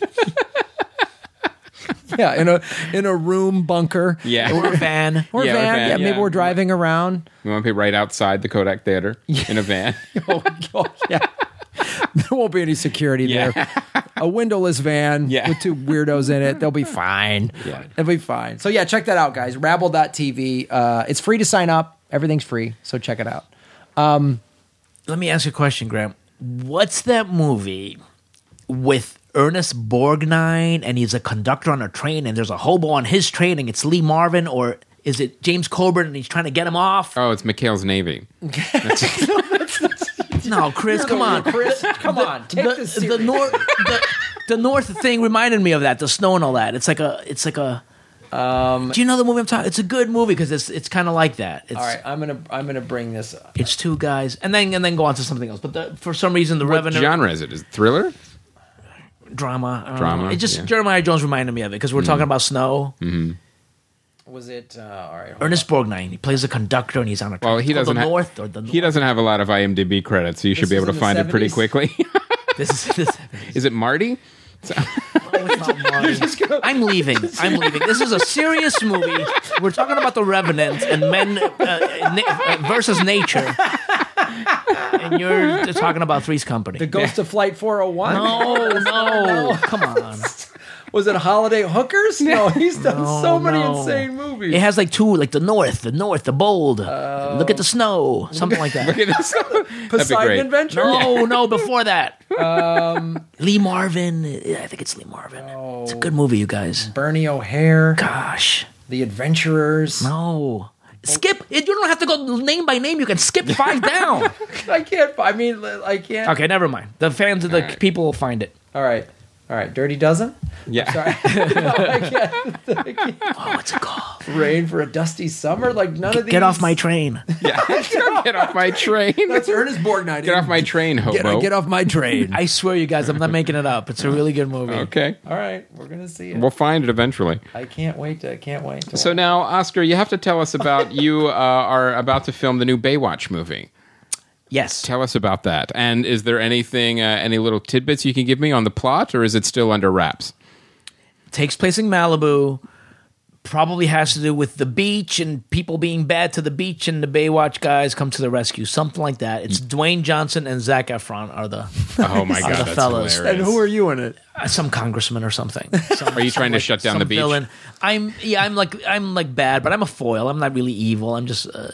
Speaker 1: yeah in a in a room bunker
Speaker 2: yeah,
Speaker 3: Or a van.
Speaker 1: or
Speaker 2: Yeah, or
Speaker 1: van.
Speaker 2: van,
Speaker 1: yeah,
Speaker 2: yeah.
Speaker 1: maybe we're driving around
Speaker 2: we want to be right outside the Kodak Theater in a van.
Speaker 1: oh, oh, yeah there won't be any security
Speaker 2: Yeah.
Speaker 1: there a windowless van
Speaker 2: Yeah.
Speaker 1: with two weirdos in it. They'll be fine.
Speaker 2: Yeah.
Speaker 1: They'll be fine. So yeah, check that out, guys. Rabble.tv. Uh, it's free to sign up. Everything's free. So check it out.
Speaker 3: Let me ask you a question, Graham. What's that movie with Ernest Borgnine and he's a conductor on a train and there's a hobo on his train and it's Lee Marvin or is it James Coburn and he's trying to get him off?
Speaker 2: oh, it's McHale's Navy.
Speaker 3: No, Chris, come on.
Speaker 1: Chris. Come on. Take
Speaker 3: the,
Speaker 1: this
Speaker 3: the north the, the north thing reminded me of that the snow and all that it's like a it's like a um do you know the movie i'm talking it's a good movie because it's it's kind of like that it's
Speaker 1: All right, I'm gonna I'm gonna bring this up.
Speaker 3: it's two guys and then and then go on to something else but the, for some reason the revenue
Speaker 2: Genre is it? Is it thriller?
Speaker 3: drama I don't
Speaker 2: Drama,
Speaker 3: know. it just
Speaker 2: yeah. Hmm.
Speaker 3: jeremiah jones reminded me of it because we're talking about snow
Speaker 1: Was it uh, all right? hold
Speaker 3: ernest borgnine he plays a conductor and he's on a train.
Speaker 2: Well, he
Speaker 3: It's called
Speaker 2: doesn't.
Speaker 3: the
Speaker 2: ha-
Speaker 3: north or the north.
Speaker 2: he doesn't have a lot of IMDb credits, so you should
Speaker 1: This
Speaker 2: be able
Speaker 1: was
Speaker 2: to
Speaker 1: in the
Speaker 2: find it pretty
Speaker 1: 70s.
Speaker 2: quickly.
Speaker 3: this is this
Speaker 2: is it Marty?
Speaker 3: I'm leaving. I'm leaving. This is a serious movie. We're talking about the Revenant and men uh, na- uh, versus nature, and you're talking about Three's Company.
Speaker 1: The Ghost of Flight 401.
Speaker 3: no, no, come on.
Speaker 1: Was it Holiday Hookers? No, he's done so
Speaker 3: No,
Speaker 1: many
Speaker 3: Oh, no.
Speaker 1: insane movies. Oh.
Speaker 3: It has like two, like the North, the North, the Bold. Look at the snow, something like that.
Speaker 2: That'd be
Speaker 1: Poseidon
Speaker 2: great.
Speaker 1: Adventure.
Speaker 3: No, no, before that. Um, Lee Marvin. Yeah, I think it's Lee Marvin. It's
Speaker 1: oh.
Speaker 3: a good movie, you guys.
Speaker 1: Bernie O'Hare.
Speaker 3: Gosh.
Speaker 1: The Adventurers.
Speaker 3: No. Skip. You don't have to go name by name. You can skip five down.
Speaker 1: I can't. I mean, I can't.
Speaker 3: Okay, never mind. The fans of the
Speaker 2: All right.
Speaker 3: people will find it.
Speaker 1: All right. All right. Dirty Dozen.
Speaker 2: Yeah.
Speaker 1: Sorry. No, I can't. I can't.
Speaker 3: Oh, what's it called?
Speaker 1: Rain for a dusty summer. Like none of these.
Speaker 3: Get off my train.
Speaker 2: yeah. Get off my train.
Speaker 1: That's Ernest Borgnine.
Speaker 2: Get off my train, hobo.
Speaker 1: Get, get off my train.
Speaker 3: I swear, you guys, I'm not making it up. It's a really good movie.
Speaker 2: Okay.
Speaker 1: All right. We're gonna see it.
Speaker 2: We'll find it eventually.
Speaker 1: I can't wait. To, I can't wait. To
Speaker 2: So now, Oscar, you have to tell us about you uh, are about to film the new Baywatch movie.
Speaker 3: Yes.
Speaker 2: Tell us about that. And is there anything, uh, any little tidbits you can give me on the plot, or is it still under wraps?
Speaker 3: Takes place in Malibu. Probably has to do with the beach and people being bad to the beach, and the Baywatch guys come to the rescue. Something like that. It's Dwayne Johnson and Zach Efron are the
Speaker 2: Oh my
Speaker 3: Other
Speaker 2: god, that's
Speaker 3: fellas.
Speaker 2: hilarious.
Speaker 1: you in it?
Speaker 3: uh, some congressman or something. Some-
Speaker 2: Are you trying to
Speaker 3: like,
Speaker 2: shut down
Speaker 3: some
Speaker 2: the beach?
Speaker 3: Villain. I'm yeah. I'm like I'm like bad, but I'm a foil. I'm not really evil. I'm just uh,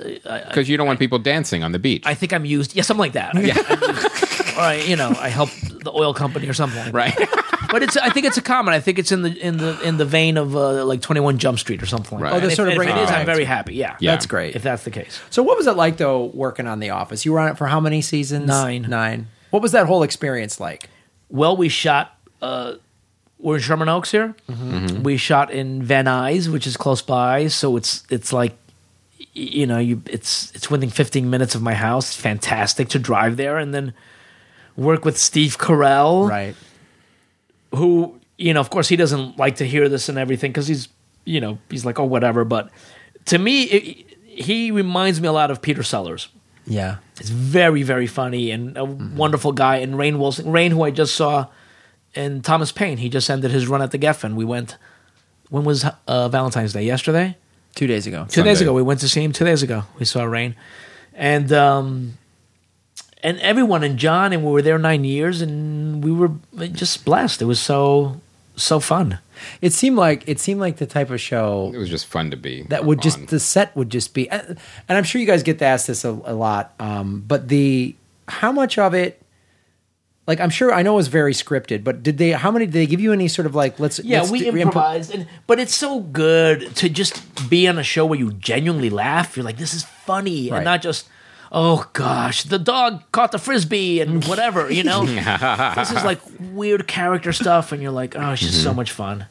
Speaker 2: Because you don't want people dancing on the beach,
Speaker 3: I think I'm used. Yeah, something like that. Yeah. or I, you know, I helped the oil company or something. Like
Speaker 2: right?
Speaker 3: That. But it's. I think it's a common. I think it's in the in the in the vein of uh, like Twenty One Jump Street or something. Like
Speaker 2: Right.
Speaker 3: that.
Speaker 2: Oh, they're
Speaker 3: And if-
Speaker 1: sort of
Speaker 3: and if,
Speaker 1: bringing
Speaker 3: it is.
Speaker 1: it
Speaker 3: I'm
Speaker 1: back.
Speaker 3: very happy. Yeah.
Speaker 2: Yeah.
Speaker 1: That's great.
Speaker 3: If that's the case.
Speaker 1: So what was it like though? Working on The Office. You were on it for how many seasons?
Speaker 3: Nine.
Speaker 1: Nine. What was that whole experience like?
Speaker 3: Well, we shot. Uh, we're in Sherman Oaks here. We shot in Van Nuys, which is close by. So it's it's like, y- you know, you it's it's within 15 minutes of my house. Fantastic to drive there and then work with Steve Carell,
Speaker 1: Right.
Speaker 3: who you know, of course, he doesn't like to hear this and everything because he's you know he's like oh whatever. But to me, it, he reminds me a lot of Peter Sellers.
Speaker 1: Yeah.
Speaker 3: He's very, very funny and a wonderful guy. And Rain Wilson, Rain, who I just saw, and Thomas Paine, he just ended his run at the Geffen. We went. When was uh, Valentine's Day? Yesterday.
Speaker 1: Two days ago.
Speaker 3: Two days
Speaker 2: Sunday.
Speaker 3: ago, we went to see him. Two days ago, we saw Rain, and um, and everyone and John and we were there nine years, and we were just blessed. It was so so fun.
Speaker 1: It seemed like it seemed like the type of show
Speaker 2: It was just fun to be.
Speaker 1: that would
Speaker 2: on.
Speaker 1: just the set would just be and i'm sure you guys get to ask this a, a lot um, but the how much of it like i'm sure i know it was very scripted but did they how many did they give you any sort of like let's
Speaker 3: Yeah,
Speaker 1: let's
Speaker 3: we
Speaker 1: do-
Speaker 3: improvised, and, but it's so good to just be on a show where you genuinely laugh. You're like, this is funny,
Speaker 1: Right.
Speaker 3: and not just, oh gosh, the dog caught the frisbee and whatever. You know, this is like weird character stuff, and you're like, oh, it's just so much fun.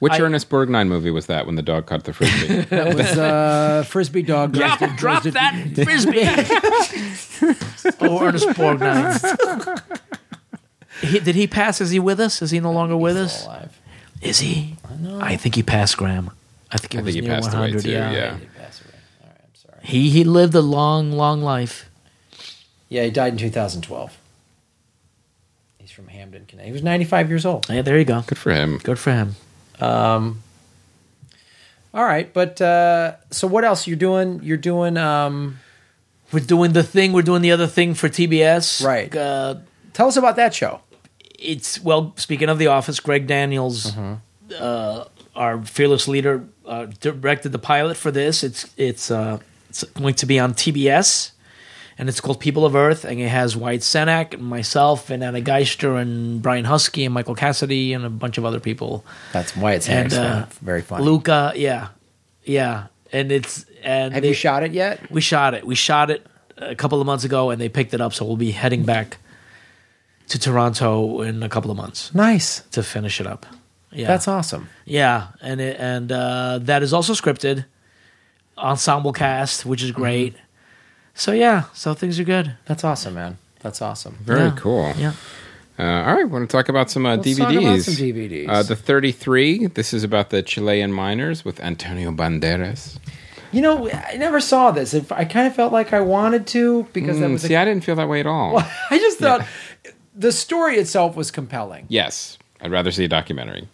Speaker 2: Which
Speaker 3: I-
Speaker 2: Ernest Borgnine movie was that when the dog caught the frisbee?
Speaker 1: that was uh frisbee dog
Speaker 3: Drop,
Speaker 1: roasted-
Speaker 3: drop
Speaker 1: roasted-
Speaker 3: that frisbee. oh, Ernest Borgnine. He, did he pass? Is he with us? Is he no longer with us?
Speaker 1: alive.
Speaker 3: Is he? I think he passed Graham. I think he
Speaker 2: I
Speaker 3: was
Speaker 2: think he
Speaker 3: near
Speaker 2: passed away
Speaker 3: 100.
Speaker 2: too.
Speaker 3: yeah.
Speaker 2: Yeah.
Speaker 3: He he lived a long, long life.
Speaker 1: yeah he died in 2012 he's from hamden connecticut he was 95 years old Um,
Speaker 3: Yeah, there you go.
Speaker 2: Good for him.
Speaker 3: Good for him.
Speaker 1: all right but uh so what else you're doing you're doing um
Speaker 3: We're doing the thing. We're doing the other thing for TBS.
Speaker 1: Right.
Speaker 3: Uh,
Speaker 1: tell us about that show
Speaker 3: it's well. Speaking of the office, Greg Daniels, uh, our fearless leader, uh, directed the pilot for this. It's it's uh, it's going to be on TBS, and it's called People of Earth, and it has White Senak and myself and Anna Geister and Brian Husky and Michael Cassidy and a bunch of other people.
Speaker 1: that's why it's
Speaker 3: And, uh,
Speaker 1: excellent. very funny
Speaker 3: Luca, yeah, yeah, and it's and
Speaker 1: have
Speaker 3: they-
Speaker 1: you shot it yet
Speaker 3: We shot it. We shot it a couple of months ago, and they picked it up. So we'll be heading back to Toronto in a couple of months
Speaker 1: Nice.
Speaker 3: to finish it up. Yeah,
Speaker 1: That's awesome.
Speaker 3: yeah, and it, and uh, that is also scripted, ensemble cast, which is great.
Speaker 1: Mm-hmm.
Speaker 3: So yeah, so things are good.
Speaker 1: That's awesome, man. That's awesome.
Speaker 2: Very
Speaker 3: Yeah.
Speaker 2: cool.
Speaker 3: Yeah,
Speaker 2: Uh, all right, want to talk about some uh,
Speaker 1: Let's
Speaker 2: DVDs?
Speaker 1: talk about some DVDs.
Speaker 2: Uh, the 33. This is about the Chilean miners with Antonio Banderas.
Speaker 1: You know, I never saw this. If- I kind of felt like I wanted to because that
Speaker 2: Mm,
Speaker 1: was.
Speaker 2: see,
Speaker 1: a,
Speaker 2: I I didn't feel that way at all.
Speaker 1: I just thought the story itself was compelling.
Speaker 2: Yes, I'd rather see a documentary.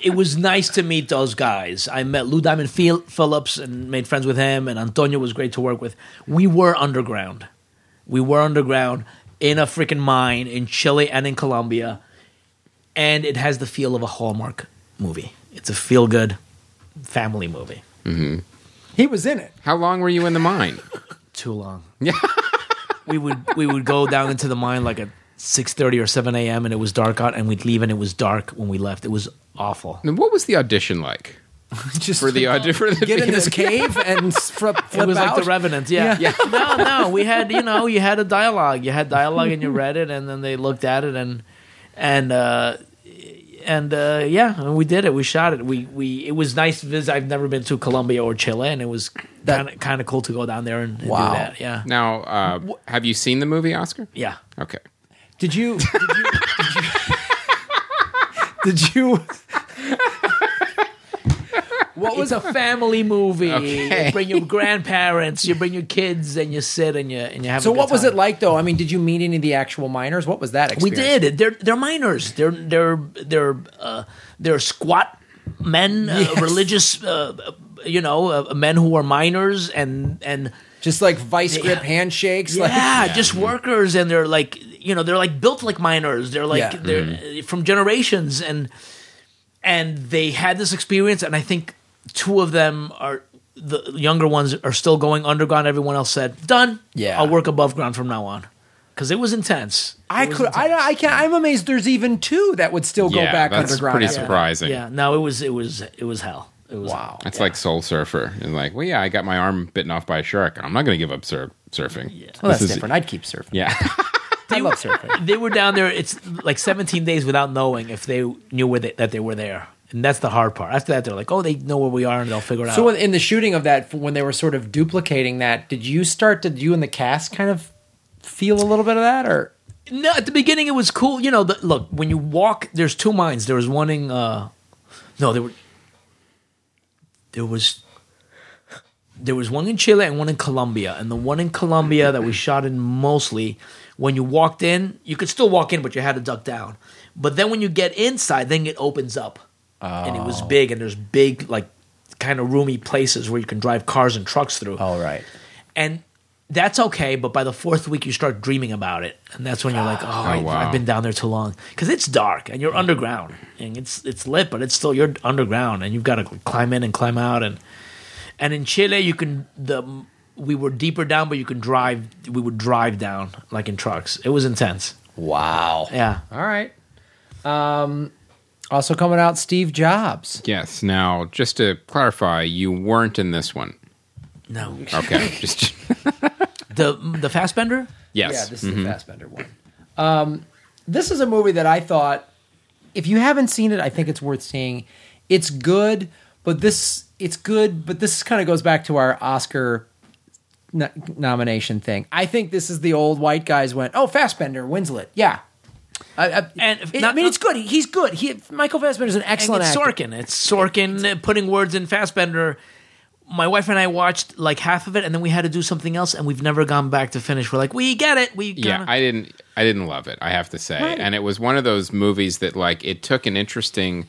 Speaker 3: it was nice to meet those guys. I met Lou Diamond Phil- Phillips and made friends with him, and Antonio was great to work with. We were underground. We were underground in a freaking mine in Chile and in Colombia, and it has the feel of a Hallmark movie. It's a feel good family movie.
Speaker 1: He was in it.
Speaker 2: How long were you in the mine?
Speaker 3: Too long. Yeah. we would we would go down into the mine like at six thirty or seven a.m. and it was dark out, and we'd leave and it was dark when we left. It was awful.
Speaker 2: And what was the audition like
Speaker 1: Just
Speaker 2: for the audition? For the
Speaker 1: get in this cave and flip, flip
Speaker 3: it was
Speaker 1: out.
Speaker 3: like the Revenant. Yeah. no, no. We had you know you had a dialogue. You had dialogue and you read it, and then they looked at it and and uh, and uh, yeah, and we did it. We shot it. We we it was nice to visit. I've never been to Colombia or Chile, and it was
Speaker 1: That-
Speaker 3: kind of kind of cool to go down there and, and
Speaker 1: Wow.
Speaker 3: do that. Yeah.
Speaker 2: Now, uh, have you seen the movie, Oscar?
Speaker 3: Yeah.
Speaker 2: Okay.
Speaker 1: Did you? Did you? Did you, did you
Speaker 3: What was a family movie?
Speaker 2: Okay.
Speaker 3: You bring your grandparents, you bring your kids, and you sit and you and you have.
Speaker 1: so
Speaker 3: a good
Speaker 1: what was
Speaker 3: time.
Speaker 1: it like though? I mean, did you meet any of the actual miners? What was that?
Speaker 3: We
Speaker 1: Experience?
Speaker 3: did. They're they're minors. They're they're they're uh, they're squat men, uh, religious, uh, you know, uh, men who are minors and and
Speaker 1: Just like vice grip handshakes. like-
Speaker 3: yeah, just workers, and they're like you know they're like built like miners. They're like
Speaker 1: Yeah. Mm-hmm.
Speaker 3: they're uh, from generations, and and they had this experience, and I think two of them are the younger ones are still going underground. Everyone else said done.
Speaker 1: Yeah.
Speaker 3: I'll work above ground from now on because it was intense.
Speaker 1: I could. I, I can't. I'm amazed. There's even two that would still go
Speaker 2: Yeah,
Speaker 1: back
Speaker 2: that's
Speaker 1: underground.
Speaker 2: pretty
Speaker 1: after that.
Speaker 2: surprising.
Speaker 3: Yeah, no, it was it was it was hell. It was
Speaker 1: Wow.
Speaker 2: That's like Soul Surfer. And like, well, yeah, I got my arm bitten off by a shark. I'm not going to give up sur- surfing. Yeah.
Speaker 1: Well, that's different. I'd keep surfing.
Speaker 2: Yeah.
Speaker 1: I love surfing.
Speaker 3: They were down there. It's like 17 days without knowing if they knew where they, that they were there, and that's the hard part. After that, they're like, oh, they know where we are, and they'll figure it
Speaker 1: So
Speaker 3: out.
Speaker 1: when- in the shooting of that, when they were sort of duplicating that, did you start? Did you and the cast kind of feel a little bit of that, or
Speaker 3: no, at the beginning, it was cool. You know, the, look when you walk, there's two mines. There was one in uh, No, there were. There was. There was one in Chile and one in Colombia, and the one in Colombia that we shot in mostly. When you walked in, you could still walk in, but you had to duck down. But then when you get inside, then it opens up, and it was big, and there's big like kind of roomy places where you can drive cars and trucks through.
Speaker 1: Oh,
Speaker 4: All right.
Speaker 3: And that's okay, but by the fourth week, you start dreaming about it, and that's when you're like, "Oh, I,
Speaker 2: wow.
Speaker 3: I've been down there too long." Because it's dark, and you're underground, and it's it's lit, but it's still you're underground, and you've got to climb in and climb out, and and in Chile, you can the we were deeper down, but you can drive. We would drive down like in trucks. It was intense.
Speaker 4: Wow.
Speaker 3: Yeah,
Speaker 1: All right. Um, also coming out, Steve Jobs.
Speaker 2: Yes. Now, just to clarify, you weren't in this one.
Speaker 3: no,
Speaker 2: Okay. just
Speaker 3: the the Fastbender.
Speaker 2: yes.
Speaker 1: Yeah, this is
Speaker 3: Mm-hmm.
Speaker 1: the Fassbender one. Um, this is a movie that I thought, if you haven't seen it, I think it's worth seeing. It's good, but this it's good, but this kind of goes back to our Oscar no- nomination thing. I think this is the old white guys went, oh, Fassbender, Winslet, yeah. I, I,
Speaker 3: And
Speaker 1: it- I
Speaker 3: not-
Speaker 1: mean, it's good. He's good. He, Michael Fassbender's an excellent
Speaker 3: it's
Speaker 1: actor.
Speaker 3: Sorkin. It's Sorkin uh, putting words in Fassbender. My wife and I watched like half of it, and then we had to do something else, and we've never gone back to finish. We're like, we get it. We
Speaker 2: yeah
Speaker 3: kinda-
Speaker 2: i didn't i didn't love it i have to say and it was one of those movies that like it took an interesting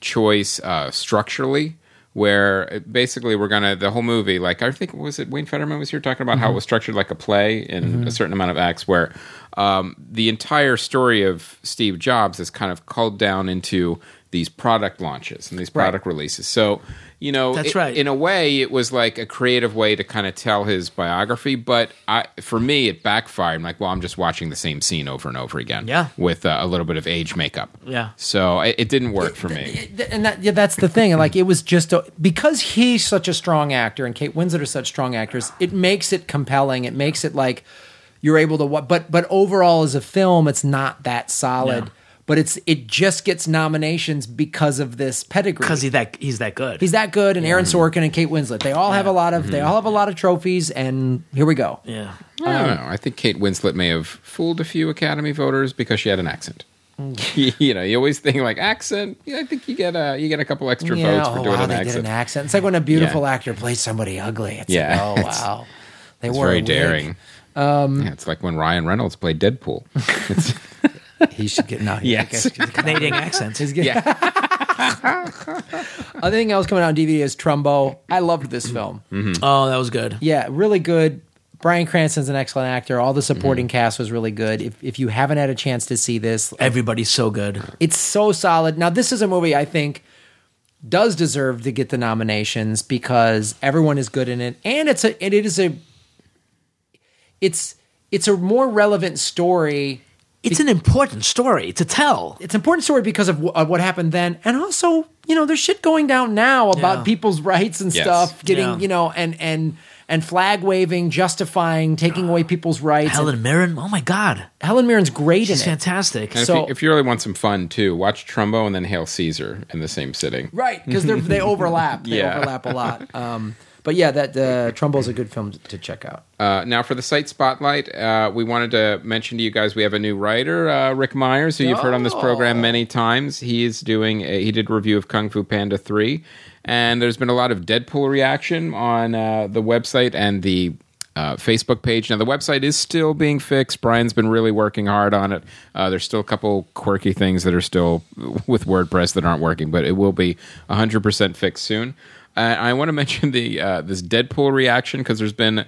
Speaker 2: choice uh structurally where uh, basically we're gonna the whole movie like i think was it wayne fetterman was here talking about
Speaker 3: Mm-hmm.
Speaker 2: how it was structured like a play in a certain amount of acts where um, the entire story of steve jobs is kind of culled down into these product launches and these product releases so you know
Speaker 3: That's
Speaker 2: it-
Speaker 3: right.
Speaker 2: in a way, it was like a creative way to kind of tell his biography, but I, for me, it backfired. I'm like, well, I'm just watching the same scene over and over again.
Speaker 3: Yeah.
Speaker 2: With uh, a little bit of age makeup.
Speaker 3: Yeah.
Speaker 2: So it, it didn't work for me.
Speaker 1: Th- and that, yeah, that's the thing. Like it was just a, because he's such a strong actor and Kate Winslet are such strong actors, it makes it compelling. It makes it like you're able to. wa- But but overall, as a film, it's not that solid.
Speaker 3: No.
Speaker 1: But it's it just gets nominations because of this pedigree.
Speaker 3: because he that he's that good.
Speaker 1: he's that good, and Aaron Sorkin and Kate Winslet, they all have a lot of
Speaker 2: Mm-hmm.
Speaker 1: they all have a lot of trophies. And here we go.
Speaker 3: yeah.
Speaker 2: I don't know. I think Kate Winslet may have fooled a few Academy voters because she had an accent.
Speaker 1: Mm.
Speaker 2: you know, you always think like accent. Yeah, I think you get a you get a couple extra votes for
Speaker 1: oh,
Speaker 2: doing
Speaker 1: wow,
Speaker 2: an
Speaker 1: they
Speaker 2: accent.
Speaker 1: did an accent. It's like when a beautiful
Speaker 2: Yeah.
Speaker 1: actor plays somebody ugly. It's
Speaker 2: Yeah.
Speaker 1: like, oh
Speaker 2: It's-
Speaker 1: wow, they
Speaker 2: It's
Speaker 1: were
Speaker 2: very daring. Um, yeah, it's like when Ryan Reynolds played Deadpool.
Speaker 1: He should get no. he
Speaker 2: Yes.
Speaker 1: should get-
Speaker 3: Canadian accent.
Speaker 1: He's getting.
Speaker 2: Yeah.
Speaker 1: Other thing else coming out on DVD is Trumbo. I loved this film.
Speaker 2: Hmm.
Speaker 3: Oh, that was good.
Speaker 1: Yeah, really good. Brian Cranston's an excellent actor. All the supporting cast was really good. If, if you haven't had a chance to see this,
Speaker 3: Everybody's so good.
Speaker 1: it's so solid. Now, this is a movie I think does deserve to get the nominations because everyone is good in it, and it's a and it is a it's it's a more relevant story.
Speaker 3: It's an important story to tell.
Speaker 1: It's an important story because of, w- of what happened then, and also you know there's shit going down now about
Speaker 3: Yeah.
Speaker 1: people's rights and
Speaker 2: Yes.
Speaker 1: stuff getting
Speaker 3: Yeah.
Speaker 1: you know and and and flag waving, justifying, taking away people's rights. and
Speaker 3: Helen Mirren. Oh my God,
Speaker 1: Helen Mirren's great
Speaker 3: she's
Speaker 1: in it.
Speaker 3: fantastic.
Speaker 2: And
Speaker 1: So-
Speaker 2: if, you, if you really want some fun too, watch Trumbo and then Hail Caesar in the same sitting.
Speaker 1: Right, because they overlap. They
Speaker 2: Yeah.
Speaker 1: overlap a lot. Um, but yeah, that uh, Trumbo's a good film to check out.
Speaker 2: Uh, now for the site spotlight, uh, we wanted to mention to you guys we have a new writer, uh, Rick Myers, who you've heard on this program many times. He is doing a, he did a review of Kung Fu Panda three, and there's been a lot of Deadpool reaction on uh, the website and the. Uh, Facebook page. Now, the website is still being fixed. Brian's been really working hard on it. Uh, there's still a couple quirky things that are still with WordPress that aren't working, but it will be 100% fixed soon. Uh, I want to mention the uh, this Deadpool reaction because there's been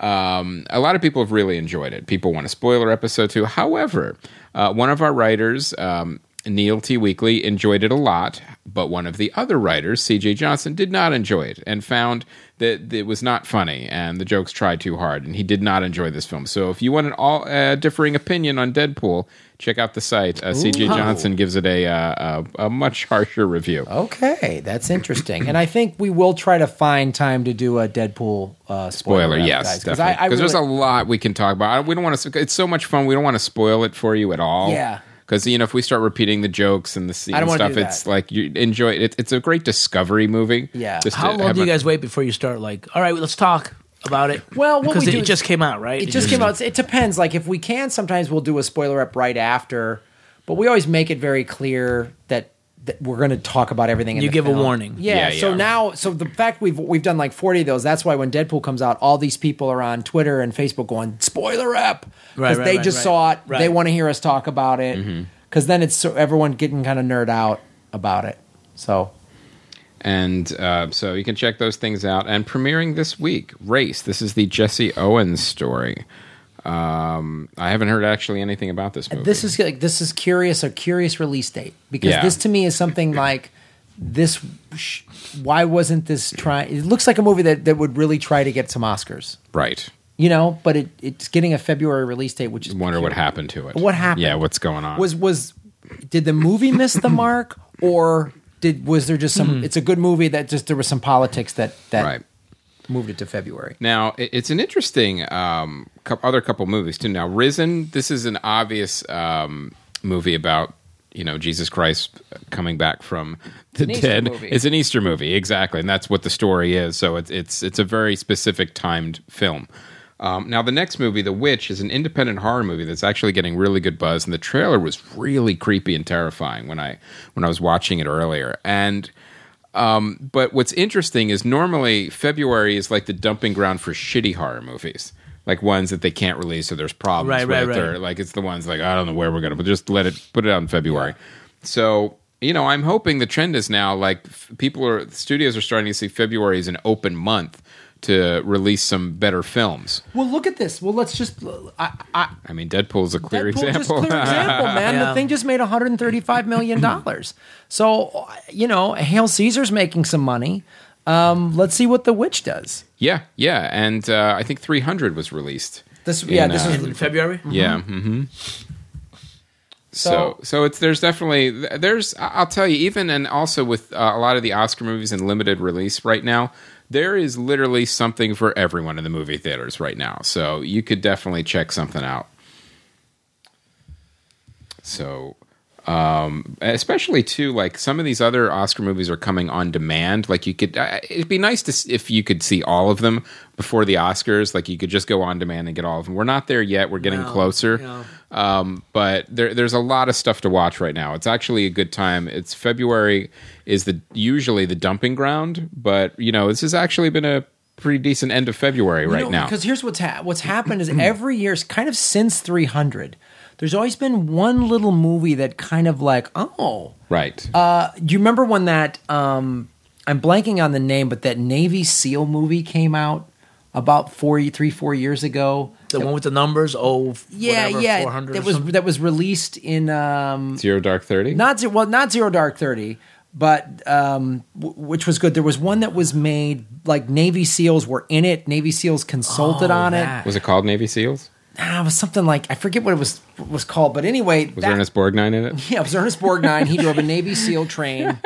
Speaker 2: um, a lot of people have really enjoyed it. People want a spoiler episode too. However, uh, one of our writers, um, Neil T. Weekly, enjoyed it a lot, but one of the other writers, C.J. Johnson, did not enjoy it and found that it was not funny and the jokes tried too hard, and he did not enjoy this film. So, if you want an all uh, differing opinion on Deadpool, check out the site. Uh, C.J. Johnson gives it a, uh, a a much harsher review.
Speaker 1: Okay, that's interesting. and I think we will try to find time to do a Deadpool uh, spoiler.
Speaker 2: spoiler, yes,
Speaker 1: because
Speaker 2: because there's a lot we can talk about. I- We don't want to. It's so much fun. We don't want to spoil it for you at all.
Speaker 1: Yeah.
Speaker 2: Because you know, if we start repeating the jokes and the scene
Speaker 1: I don't
Speaker 2: and
Speaker 1: wanna
Speaker 2: stuff,
Speaker 1: do that.
Speaker 2: it's like you enjoy it. It's a great discovery movie.
Speaker 1: Yeah.
Speaker 2: Just
Speaker 3: How
Speaker 2: to
Speaker 3: long
Speaker 2: have
Speaker 3: do you
Speaker 2: a-
Speaker 3: guys wait before you start? Like, all right, let's talk about it.
Speaker 1: Well, what
Speaker 3: because
Speaker 1: we
Speaker 3: it
Speaker 1: do is-
Speaker 3: just came out, right?
Speaker 1: It just came out. It depends. Like if we can, sometimes we'll do a spoiler up right after, but we always make it very clear that that we're going to talk about everything. In
Speaker 3: You
Speaker 1: the
Speaker 3: give a
Speaker 1: film.
Speaker 3: warning.
Speaker 1: Yeah,
Speaker 2: Yeah,
Speaker 1: So
Speaker 2: yeah.
Speaker 1: now, so the fact we've we've done like forty of those. That's why when Deadpool comes out, all these people are on Twitter and Facebook going spoiler up
Speaker 3: Right, right,
Speaker 1: they
Speaker 3: right,
Speaker 1: just
Speaker 3: right.
Speaker 1: saw it. They
Speaker 3: Right.
Speaker 1: want to hear us talk about it
Speaker 2: Mm-hmm.
Speaker 1: because then it's so everyone getting kind of nerd out about it. So
Speaker 2: And uh, so you can check those things out. And premiering this week, Race. This is the Jesse Owens story. Um, I haven't heard actually anything about this movie.
Speaker 1: this is like this is curious a curious release date because
Speaker 2: Yeah.
Speaker 1: this to me is something like this sh- why wasn't this trying it looks like a movie that, that would really try to get some oscars
Speaker 2: right.
Speaker 1: you know but it, it's getting a february release date which is
Speaker 2: Wonder what happened to it.
Speaker 1: What happened?
Speaker 2: Yeah, what's going on?
Speaker 1: was was did the movie miss the mark or did was there just some it's a good movie that just there was some politics that that
Speaker 2: Hmm. right.
Speaker 1: moved it to february
Speaker 2: Now it- it's an interesting um, cou- other couple movies too. Now Risen, this is an obvious um, movie about you know Jesus Christ coming back from the
Speaker 1: an Easter
Speaker 2: dead.
Speaker 1: movie.
Speaker 2: It's an Easter movie, exactly, and that's what the story is. So it's it's it's a very specific timed film. Um, now the next movie, The Witch, is an independent horror movie that's actually getting really good buzz, and the trailer was really creepy and terrifying when I when I was watching it earlier, and but what's interesting is normally February is like the dumping ground for shitty horror movies, like ones that they can't release, so there's problems
Speaker 3: Right, right,
Speaker 2: with.
Speaker 3: right.
Speaker 2: Or like it's the ones like I don't know where we're gonna, but just let it put it out in February. So you know, I'm hoping the trend is now like f- people are studios are starting to see February as an open month to release some better films.
Speaker 1: well look at this well let's just i i
Speaker 2: I mean, Deadpool's a clear
Speaker 1: Deadpool, just
Speaker 2: example.
Speaker 1: clear example, man. The
Speaker 3: Yeah.
Speaker 1: thing just made 135 million dollars. so you know, Hail Caesar's making some money. Um, let's see what the witch does.
Speaker 2: yeah, yeah, and uh, I think 300 was released.
Speaker 1: This, yeah,
Speaker 2: In,
Speaker 1: this
Speaker 2: uh,
Speaker 1: is
Speaker 3: in February.
Speaker 2: Yeah. hmm So,
Speaker 1: So-
Speaker 2: so it's there's definitely there's I- I'll tell you even and also with uh, a lot of the Oscar movies in limited release right now there is literally something for everyone in the movie theaters right now so you could definitely check something out so um, especially too like some of these other Oscar movies are coming on demand like you could uh, it'd be nice to s- if you could see all of them before the Oscars like you could just go on demand and get all of them we're not there yet we're getting
Speaker 3: No,
Speaker 2: closer
Speaker 3: no.
Speaker 2: um, but there, there's a lot of stuff to watch right now. It's actually a good time. It's February is the usually the dumping ground, but you know this has actually been a pretty decent end of February right
Speaker 1: No,
Speaker 2: now.
Speaker 1: Because here's what's ha- what's happened is every year, kind of since 300, there's always been one little movie that kind of like, oh,
Speaker 2: right.
Speaker 1: Uh, do you remember when that? Um, I'm blanking on the name, but that Navy SEAL movie came out about four, three, four years ago.
Speaker 3: The one with the numbers. Oh, f-
Speaker 1: Yeah,
Speaker 3: whatever,
Speaker 1: yeah,
Speaker 3: 400 or
Speaker 1: that was
Speaker 3: something.
Speaker 1: that was released in um,
Speaker 2: Zero Dark Thirty.
Speaker 1: not Ze- well, not Zero Dark Thirty, but um, w- which was good. There was one that was made like Navy SEALs were in it. Navy SEALs consulted
Speaker 3: Oh,
Speaker 1: on
Speaker 3: that.
Speaker 1: it.
Speaker 2: was it called Navy SEALs?
Speaker 1: Ah, it was something like I forget what it was what it was called, but anyway,
Speaker 2: Was
Speaker 1: that-
Speaker 2: Ernest Borgnine in it?
Speaker 1: yeah, it was Ernest Borgnine. He drove a Navy SEAL train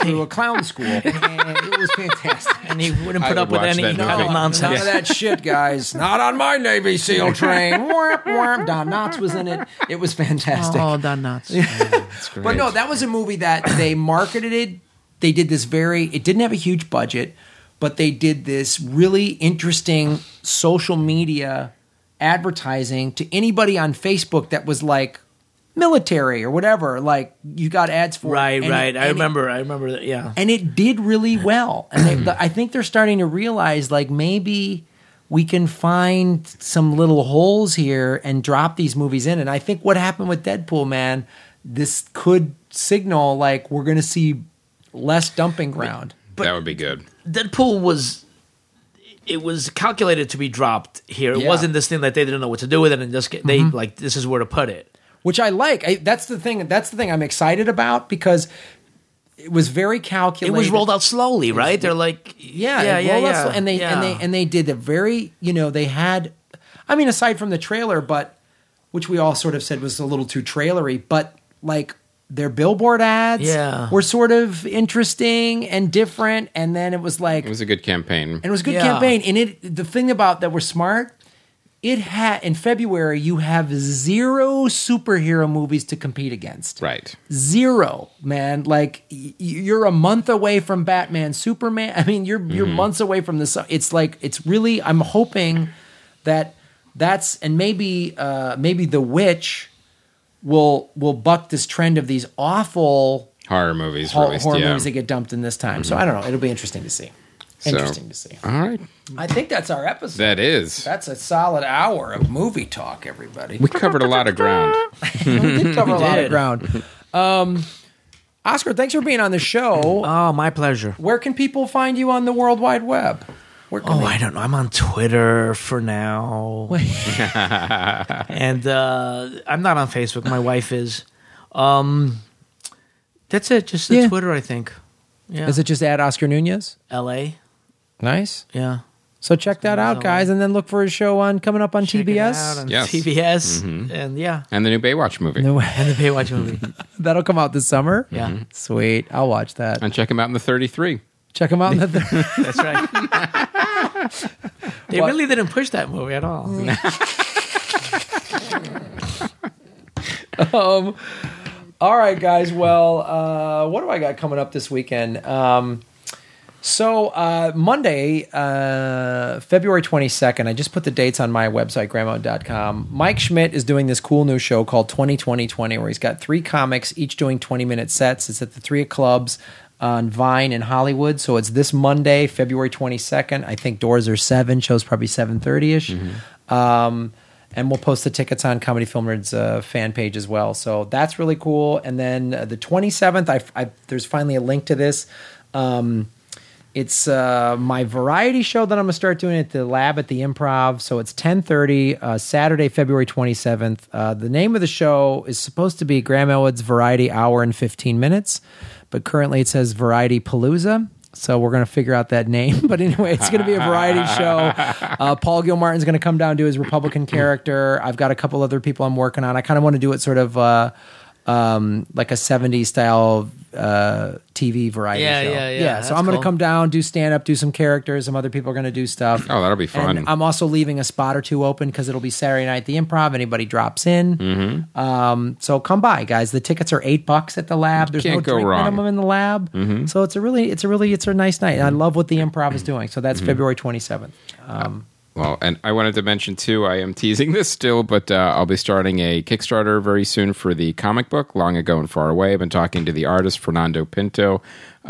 Speaker 1: through a clown school, and it was fantastic. Oh,
Speaker 3: and he wouldn't
Speaker 2: I
Speaker 3: put
Speaker 2: would
Speaker 3: up with
Speaker 2: watch
Speaker 3: any
Speaker 2: that movie.
Speaker 1: None
Speaker 3: nonsense.
Speaker 1: of that shit, guys. Not on my Navy SEAL train. warp, warp. Don Knotts was in it. It was fantastic.
Speaker 3: Oh, that nuts.
Speaker 1: But no, that was a movie that they marketed it. They did this very. It didn't have a huge budget, but they did this really interesting social media advertising to anybody on Facebook that was like military or whatever. Like you got ads for it.
Speaker 3: Right,
Speaker 1: And it-
Speaker 3: right. I
Speaker 1: and it-
Speaker 3: remember. I remember that. Yeah.
Speaker 1: and it did really well. And they, I think they're starting to realize like maybe we can find some little holes here and drop these movies in. And I think what happened with Deadpool, man, this could signal like we're going to see less dumping ground.
Speaker 2: that would be good.
Speaker 3: Deadpool was it was calculated to be dropped here. It
Speaker 1: Yeah.
Speaker 3: wasn't this thing that they didn't know what to do with it and just get, they
Speaker 1: Mm-hmm.
Speaker 3: like this is where to put it.
Speaker 1: which I like. I, that's the thing. That's the thing I'm excited about because it was very
Speaker 3: It
Speaker 1: calculated.
Speaker 3: was rolled out slowly, right? They're like
Speaker 1: Yeah,
Speaker 3: yeah,
Speaker 1: and
Speaker 3: yeah,
Speaker 1: roll out
Speaker 3: yeah.
Speaker 1: slow- and they and
Speaker 3: Yeah.
Speaker 1: they and they did the very you know they had, I mean, aside from the trailer, but which we all sort of said was a little too trailery, but like their billboard ads
Speaker 3: Yeah.
Speaker 1: were sort of interesting and different, and then it was like
Speaker 2: It was a good campaign.
Speaker 1: and it was a good
Speaker 3: Yeah.
Speaker 1: campaign. And it the thing about that we're smart, it had in February you have zero superhero movies to compete against.
Speaker 2: right.
Speaker 1: Zero, man. Like y- you're a month away from Batman, Superman. I mean, you're you're
Speaker 2: Mm-hmm.
Speaker 1: months away from this. It's like it's really. I'm hoping that that's and maybe uh maybe the witch will will buck this trend of these awful
Speaker 2: horror movies
Speaker 1: Hor-
Speaker 2: released.
Speaker 1: horror
Speaker 2: yeah. Mm-hmm.
Speaker 1: movies that get dumped in this time. So I don't know. It'll be interesting to see.
Speaker 2: So-
Speaker 1: Interesting to see.
Speaker 2: All right,
Speaker 1: I think that's our episode.
Speaker 2: that is.
Speaker 1: that's a solid hour of movie talk, everybody.
Speaker 2: We covered a lot of ground.
Speaker 1: We did cover a lot of
Speaker 3: did.
Speaker 1: ground. Um, Oscar, thanks for being on the show.
Speaker 3: Oh, my pleasure.
Speaker 1: Where can people find you on the World Wide Web? Where can
Speaker 3: Oh,
Speaker 1: they-
Speaker 3: I don't know. I'm on Twitter for now. and uh, I'm not on Facebook. My wife is. Um, that's it. Just the
Speaker 1: Yeah.
Speaker 3: Twitter, I think. Yeah.
Speaker 1: Is it just at Oscar Nunez?
Speaker 3: L.A.?
Speaker 1: Nice.
Speaker 3: Yeah.
Speaker 1: So check that out, guys, and then look for his show on coming up on
Speaker 3: Check it out
Speaker 1: TBS.
Speaker 3: on
Speaker 2: Yes.
Speaker 3: TBS. And yeah.
Speaker 2: And the new Baywatch movie.
Speaker 3: And the Baywatch movie.
Speaker 1: That'll come out this summer.
Speaker 3: Yeah.
Speaker 1: Sweet. I'll watch that.
Speaker 2: And check him out in the 33.
Speaker 1: Check him out in the third.
Speaker 3: That's right. they
Speaker 1: What?
Speaker 3: really didn't push that movie at all.
Speaker 1: um, all right, guys. Well, uh, what do I got coming up this weekend? Um, so uh, Monday, uh, February 22nd, I just put the dates on my website, grandma.com. Mike Schmidt is doing this cool new show called 202020, where he's got three comics, each doing 20 minute sets. It's at the Three of Clubs on Vine in Hollywood. So it's this Monday, February 22nd. I think doors are 7, show's probably 7.30ish. Um, and we'll post the tickets on Comedy Film Nerd's uh, fan page as well. So that's really cool. And then uh, the 27th, I, I, there's finally a link to this. Um, it's uh, my variety show that I'm gonna start doing at the lab at the Improv. So it's 10:30 uh, Saturday, February 27th. Uh, the name of the show is supposed to be Graham Elwood's Variety Hour and 15 Minutes, but currently it says Variety Palooza. So we're gonna figure out that name. But anyway, it's gonna be a variety show. Uh, Paul Gilmartin's gonna come down and do his Republican character. I've got a couple other people I'm working on. I kind of want to do it sort of. Uh, um, like a 70s style uh, TV variety
Speaker 3: Yeah,
Speaker 1: show.
Speaker 3: yeah, yeah.
Speaker 1: So
Speaker 3: That's
Speaker 1: I'm going to
Speaker 3: cool.
Speaker 1: come down, do stand up, do some characters. Some other people are going to do stuff.
Speaker 2: Oh, that'll be fun.
Speaker 1: And I'm also leaving a spot or two open because it'll be Saturday night at the Improv. Anybody drops in,
Speaker 2: Mm-hmm.
Speaker 1: um, so come by, guys. The tickets are eight bucks at the lab. There's no
Speaker 2: can't go
Speaker 1: drink
Speaker 2: wrong. Mm-hmm.
Speaker 1: minimum in the lab, so it's a really, it's a really, it's a nice night. And I love what the Improv is doing. So
Speaker 2: Mm-hmm.
Speaker 1: that's February 27th. Um,
Speaker 2: Well, and I wanted to mention too, I am teasing this still, but uh, I'll be starting a Kickstarter very soon for the comic book, Long Ago and Far Away. I've been talking to the artist, Fernando Pinto.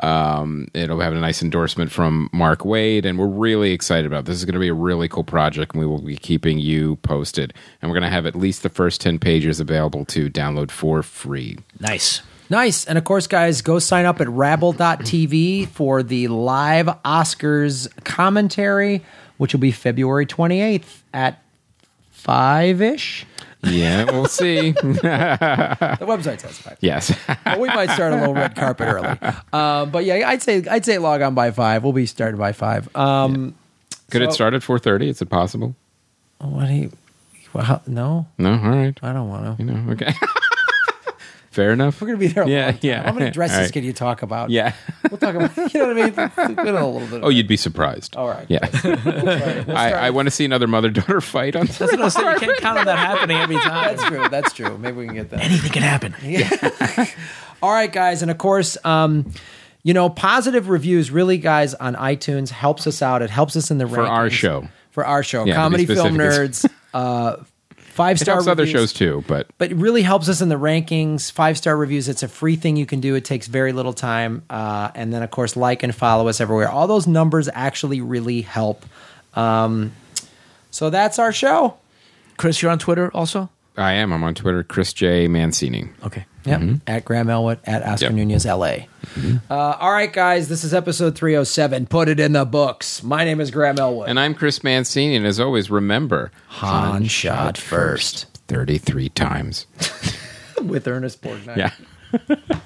Speaker 2: Um, it'll have a nice endorsement from Mark Wade, and we're really excited about it. This is going to be a really cool project, and we will be keeping you posted. And we're going to have at least the first 10 pages available to download for free.
Speaker 3: Nice.
Speaker 1: Nice. And of course, guys, go sign up at rabble.tv for the live Oscars commentary, which will be February 28th at 5 ish.
Speaker 2: Yeah, we'll see.
Speaker 1: The website says 5.
Speaker 2: yes.
Speaker 1: But we might start a little red carpet early. Um, but yeah, I'd say I'd say log on by 5. We'll be starting by 5. Um,
Speaker 2: Could
Speaker 1: So-
Speaker 2: it start at 4.30? Is it possible?
Speaker 1: What do you. Well, no,
Speaker 2: No? All right.
Speaker 1: I don't want to.
Speaker 2: No? Okay. Fair enough.
Speaker 1: We're going to be there a
Speaker 2: Yeah,
Speaker 1: long time.
Speaker 2: yeah.
Speaker 1: How many dresses
Speaker 2: All right.
Speaker 1: can you talk about?
Speaker 2: Yeah.
Speaker 1: We'll talk about, you know what I mean? We'll a little bit.
Speaker 2: Oh, you'd be surprised.
Speaker 1: All right.
Speaker 2: Yeah. I, I want to see another mother daughter fight on.
Speaker 3: That's what I was saying. You can't count on that happening every time.
Speaker 1: That's true. That's true. Maybe we can get that.
Speaker 3: Anything can happen.
Speaker 1: All right, guys, and of course, um, you know, positive reviews really, guys, on iTunes helps us out. It helps us in the
Speaker 2: For our
Speaker 1: rankings.
Speaker 2: show.
Speaker 1: for our show,
Speaker 2: Yeah, to
Speaker 1: comedy
Speaker 2: be
Speaker 1: film
Speaker 2: specific,
Speaker 1: nerds, uh, five
Speaker 2: It
Speaker 1: star.
Speaker 2: helps other
Speaker 1: reviews
Speaker 2: shows too, but
Speaker 1: but it really helps us in the rankings. Five star reviews. It's a free thing you can do. It takes very little time. Uh, and then, of course, like and follow us everywhere. All those numbers actually really help. Um, so that's our show.
Speaker 3: Chris, you're on Twitter also?
Speaker 2: I am. I'm on Twitter, Chris J Mancini.
Speaker 3: Okay.
Speaker 1: Yep. At Graham Elwood, at Oscar
Speaker 2: Mm-hmm. Yep. Mm-hmm.
Speaker 1: Nunez, LA. Uh, all right, guys, this is episode 307. Put it in the books. My name is Graham Elwood.
Speaker 2: And I'm Chris Mancini, and as always, remember
Speaker 1: Han shot first
Speaker 2: 33 times.
Speaker 1: with Ernest Borgnine.
Speaker 2: Yeah.